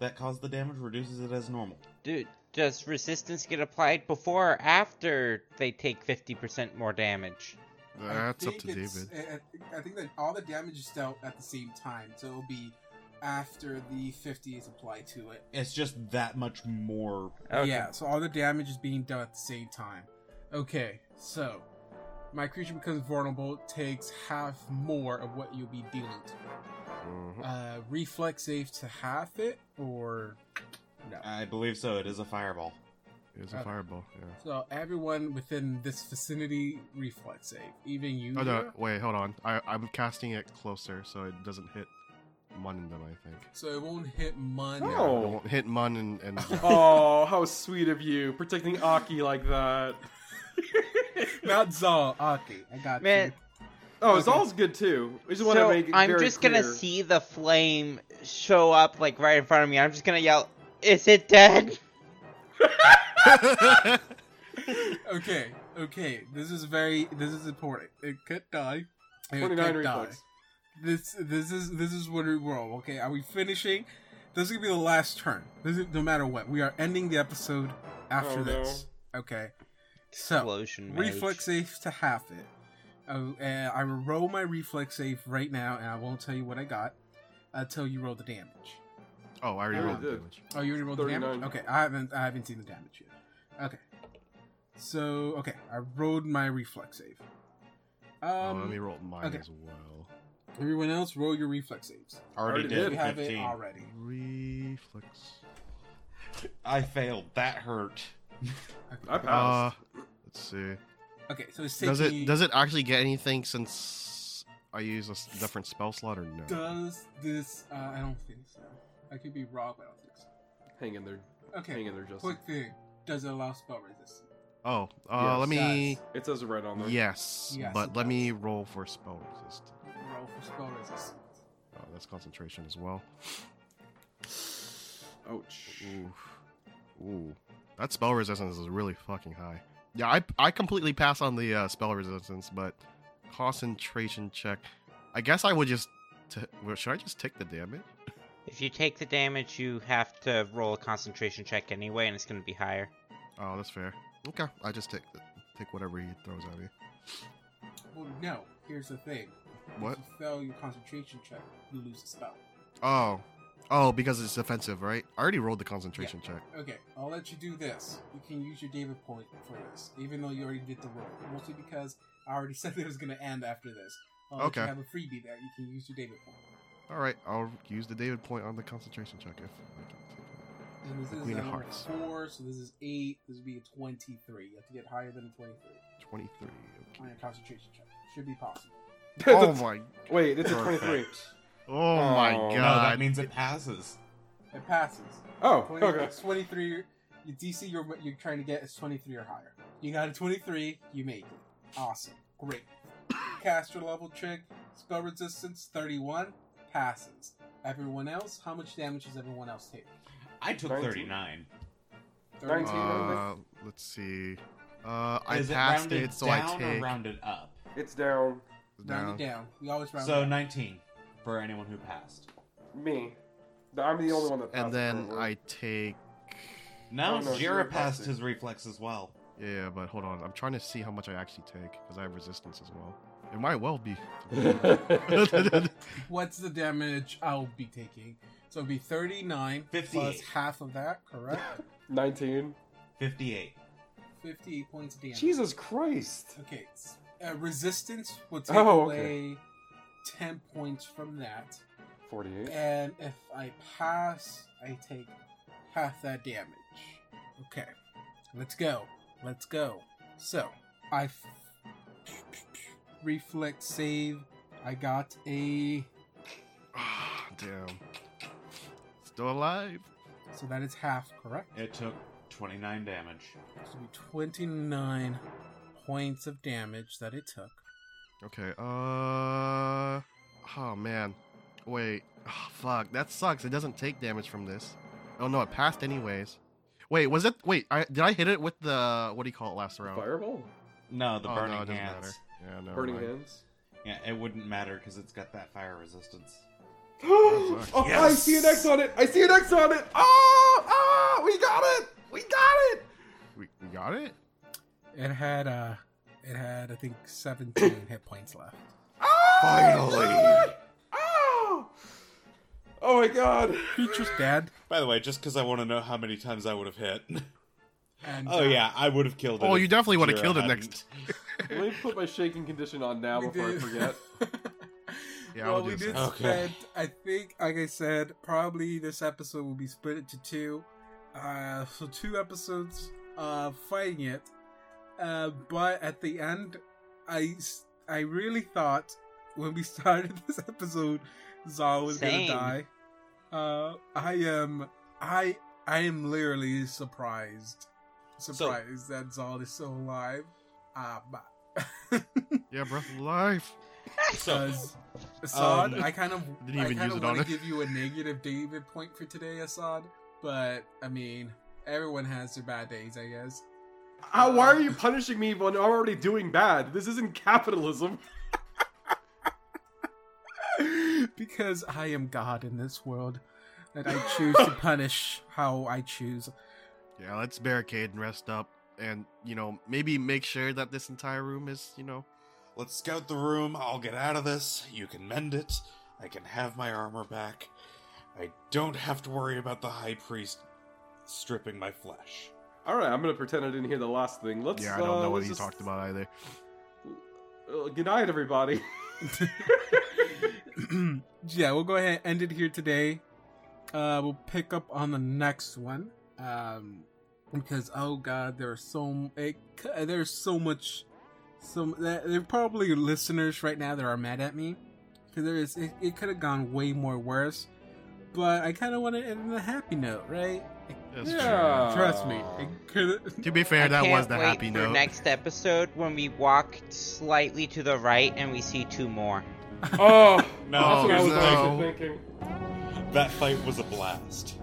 Speaker 5: that caused the damage reduces it as normal.
Speaker 2: do, does resistance get applied before or after they take fifty percent more damage?
Speaker 4: I
Speaker 3: Uh, That's up
Speaker 4: think
Speaker 3: to
Speaker 4: it's-
Speaker 3: David.
Speaker 4: I- I think- I think that all the damage is dealt at the same time, so it'll be after the 50 is applied to it.
Speaker 5: It's just that much more.
Speaker 2: Okay.
Speaker 4: Yeah, so all the damage is being done at the same time. Okay, so my creature becomes vulnerable, takes half more of what you'll be dealing to.
Speaker 3: Mhm.
Speaker 4: Uh, reflex save to half it, or no.
Speaker 5: I believe so. It is a fireball.
Speaker 3: It was a
Speaker 4: okay.
Speaker 3: fireball. Yeah.
Speaker 4: So everyone within this vicinity, reflex save. Even you.
Speaker 3: Oh no!
Speaker 4: Mira?
Speaker 3: Wait, hold on. I, I'm casting it closer, so it doesn't hit Mun and them. I think.
Speaker 4: So it won't hit Mun.
Speaker 3: Yeah,
Speaker 1: Oh.
Speaker 3: it won't hit Mun and, and
Speaker 1: Oh, how sweet of you, protecting Aki like that.
Speaker 4: Not Zal. Aki. I got
Speaker 2: Man,
Speaker 4: you.
Speaker 1: Oh, it's all's good too. We just want to
Speaker 2: So
Speaker 1: make it
Speaker 2: I'm
Speaker 1: very
Speaker 2: just gonna
Speaker 1: clear.
Speaker 2: see the flame show up like right in front of me. I'm just gonna yell, "Is it dead?"
Speaker 4: okay, okay. This is very. This is important. It could die. It
Speaker 1: Twenty-nine
Speaker 4: could die.
Speaker 1: reflex.
Speaker 4: This this is this is what we roll. Okay, are we finishing? This is gonna be the last turn. This is no matter what. We are ending the episode after
Speaker 1: Oh, no.
Speaker 4: this. Okay. So
Speaker 2: Explosion. mage.
Speaker 4: reflex save to half it. Oh, uh, I will roll my reflex save right now, and I won't tell you what I got until you roll the damage.
Speaker 3: oh, I already
Speaker 1: Yeah,
Speaker 3: rolled
Speaker 1: it
Speaker 3: the
Speaker 1: did.
Speaker 3: damage.
Speaker 4: Oh, you already rolled the damage.
Speaker 1: 39.
Speaker 4: Okay, I haven't. I haven't seen the damage yet. Okay. So okay, I rolled my reflex save.
Speaker 3: oh,
Speaker 4: Um,
Speaker 3: let me roll mine
Speaker 4: okay.
Speaker 3: as well.
Speaker 4: everyone else, roll your reflex saves.
Speaker 1: Already did.
Speaker 4: You
Speaker 1: Hit
Speaker 4: have it already.
Speaker 3: Reflex.
Speaker 5: I failed. That hurt.
Speaker 1: I
Speaker 4: Okay.
Speaker 3: Uh,
Speaker 1: passed.
Speaker 3: let's see.
Speaker 4: Okay, so it's taking.
Speaker 3: Does it does it actually get anything since I use a s- different spell slot or no?
Speaker 4: Does this? Uh, I don't think so. I could be wrong, but I don't think so.
Speaker 1: Hang in there. Hang
Speaker 4: Okay,
Speaker 1: in there, Justin.
Speaker 4: quick thing. Does it allow spell resistance?
Speaker 3: Oh, uh,
Speaker 1: Yes.
Speaker 3: let me.
Speaker 4: Does
Speaker 1: It says it right on there.
Speaker 3: Yes,
Speaker 4: Yes,
Speaker 3: but
Speaker 4: it
Speaker 3: let
Speaker 4: does.
Speaker 3: me roll for spell resist.
Speaker 4: roll for spell resistance.
Speaker 3: Oh, that's concentration as well.
Speaker 1: Ouch.
Speaker 3: Ooh, ooh, that spell resistance is really fucking high. Yeah, I I completely pass on the uh, spell resistance, but concentration check. I guess I would just. T- well, should I just take the damage?
Speaker 2: If you take the damage, you have to roll a concentration check anyway, and it's gonna be higher.
Speaker 3: Oh, that's fair. Okay, I just take the, take whatever he throws at me.
Speaker 4: Well, no. Here's the thing.
Speaker 3: What?
Speaker 4: If you fail your concentration check, you lose a spell.
Speaker 3: Oh, Oh, because it's offensive, right? I already rolled the concentration check.
Speaker 4: Okay, I'll let you do this. You can use your David point for this, even though you already did the roll. Mostly because I already said that it was going to end after this. I'll let You
Speaker 3: Okay.
Speaker 4: have a freebie that you can use your David point.
Speaker 3: All right, I'll use the David point on the concentration check if I can take it.
Speaker 4: And this
Speaker 3: The
Speaker 4: is
Speaker 3: Queen of
Speaker 4: uh, number
Speaker 3: Hearts.
Speaker 4: four, so this is eight. This would be a twenty-three. You have to get higher than a
Speaker 3: 23.
Speaker 4: twenty-three on your
Speaker 3: Okay.
Speaker 4: concentration check. Should be possible.
Speaker 3: Oh
Speaker 1: That's-
Speaker 3: my!
Speaker 1: Wait, it's a
Speaker 6: Perfect.
Speaker 1: 23.
Speaker 3: Oh my
Speaker 1: Oh, no,
Speaker 3: God!
Speaker 1: that
Speaker 6: No, that means it passes.
Speaker 4: It passes.
Speaker 1: Oh,
Speaker 4: 20,
Speaker 1: okay.
Speaker 4: it's Twenty-three. Your DC you're you're trying to get is twenty-three or higher. You got a twenty-three. You make it. Awesome. Great. Caster level check. Spell resistance thirty-one. Passes. Everyone else, how much damage does everyone else take?
Speaker 6: I took
Speaker 1: 19.
Speaker 6: 39.
Speaker 4: 31.
Speaker 1: 19.
Speaker 3: Uh, let's see. Uh, I
Speaker 6: Is
Speaker 3: passed
Speaker 6: rounded
Speaker 3: it, so I
Speaker 6: down
Speaker 3: take
Speaker 6: or rounded up?
Speaker 1: It's down.
Speaker 4: Round it
Speaker 3: down.
Speaker 4: down. We always round
Speaker 6: So
Speaker 4: it down.
Speaker 6: 19 for anyone who passed.
Speaker 1: Me. I'm the only one that passed
Speaker 3: and then
Speaker 1: apparently.
Speaker 3: I take.
Speaker 6: No,
Speaker 1: Oh, no,
Speaker 6: Jira
Speaker 1: Jira passed
Speaker 6: passed
Speaker 1: it.
Speaker 6: his reflex as well.
Speaker 3: Yeah, but hold on. I'm trying to see how much I actually take because I have resistance as well. It might well be.
Speaker 4: What's the damage I'll be taking? So it'll be 39 plus
Speaker 6: 58.
Speaker 4: half of that, correct?
Speaker 1: 19.
Speaker 6: 58.
Speaker 4: 58 points of damage.
Speaker 1: Jesus Christ.
Speaker 4: Okay. s- Uh, resistance will take
Speaker 1: Oh, okay.
Speaker 4: away 10 points from that.
Speaker 1: 48.
Speaker 4: And if I pass, I take half that damage. Okay. Let's go. Let's go. So, I. F- reflex save. I got a.
Speaker 3: Ah, Damn. Still alive.
Speaker 4: So that is half, correct?
Speaker 6: It took 29 damage.
Speaker 4: So it'll be 29 points of damage that it took.
Speaker 3: Okay. Uh. Oh man. Wait. Ah, fuck. That sucks. It doesn't take damage from this. Oh no, it passed anyways. Wait, was it? Wait, I did I hit it with the what do you call it last round?
Speaker 1: Fireball?
Speaker 6: No, the
Speaker 3: oh,
Speaker 6: burning
Speaker 3: no, it doesn't
Speaker 6: hands.
Speaker 3: matter. Yeah, no.
Speaker 1: Burning
Speaker 3: mind.
Speaker 1: hands.
Speaker 6: Yeah, it wouldn't matter because it's got that fire resistance.
Speaker 1: oh, I
Speaker 6: Yes.
Speaker 1: see an X on it. I see an X on it. Oh, oh, we got it. We got it.
Speaker 3: We, we got it.
Speaker 4: It had uh it had I think 17 hit points left.
Speaker 1: Oh,
Speaker 3: Finally.
Speaker 1: God. Oh. Oh my god.
Speaker 4: Creature's dead.
Speaker 6: By the way, just because I want to know how many times I would have hit.
Speaker 4: And
Speaker 6: oh,
Speaker 4: uh,
Speaker 6: yeah, I would have killed it.
Speaker 3: Oh,
Speaker 6: if
Speaker 3: you definitely would have
Speaker 6: Jira
Speaker 3: killed it
Speaker 6: hadn't.
Speaker 3: next.
Speaker 1: Let me put my shaking condition on now
Speaker 4: we
Speaker 1: before I
Speaker 4: did-
Speaker 1: forget.
Speaker 3: Yeah, I
Speaker 4: well,
Speaker 3: would
Speaker 4: we
Speaker 3: do
Speaker 4: did
Speaker 3: the same.
Speaker 6: Okay.
Speaker 4: spend. I think, like I said, probably this episode will be split into two. Uh, so two episodes uh, fighting it. Uh, but at the end, I s- I really thought when we started this episode, Zal was
Speaker 2: Same.
Speaker 4: gonna die. Uh, I am I I am literally surprised, surprised that Zal is still alive. Uh, but
Speaker 3: Yeah, breath of life.
Speaker 6: So,
Speaker 4: Because Assad,
Speaker 6: Um,
Speaker 4: I kind of
Speaker 3: Didn't
Speaker 4: I
Speaker 3: even
Speaker 4: kind
Speaker 3: use
Speaker 4: of
Speaker 3: it on
Speaker 4: want to
Speaker 3: it.
Speaker 4: give you a negative David point for today, Assad. But I mean, everyone has their bad days, I guess.
Speaker 1: How, why are you punishing me when I'm already doing bad? This isn't capitalism.
Speaker 4: because I am God in this world, and I choose to punish how I choose.
Speaker 3: Yeah, let's barricade and rest up, and you know maybe make sure that this entire room is you know.
Speaker 6: let's scout the room. I'll get out of this. You can mend it. I can have my armor back. I don't have to worry about the high priest stripping my flesh.
Speaker 1: All right, I'm gonna pretend I didn't hear the last thing. Let's.
Speaker 3: Yeah, I don't
Speaker 1: uh,
Speaker 3: know what
Speaker 1: let's
Speaker 3: he
Speaker 1: just-
Speaker 3: talked about either.
Speaker 1: Uh, good night, everybody.
Speaker 4: yeah, we'll go ahead and end it here today. Uh, we'll pick up on the next one. Um, because oh god, there are so it, c- there's so much. Some there there are probably listeners right now that are mad at me because there is it, it could have gone way more worse. But I kind of want to end on a happy note, right?
Speaker 3: That's
Speaker 1: Yeah.
Speaker 4: Trust me,
Speaker 1: Aw.
Speaker 4: it could.
Speaker 3: true. To be fair,
Speaker 2: I
Speaker 3: that
Speaker 2: can't
Speaker 3: was the
Speaker 2: wait
Speaker 3: happy
Speaker 2: for
Speaker 3: note.
Speaker 2: Next episode, when we walk slightly to the right and we see two more.
Speaker 1: oh,
Speaker 6: No,
Speaker 1: that's what I was
Speaker 3: Oh, no.
Speaker 1: actually thinking.
Speaker 6: That fight was a blast.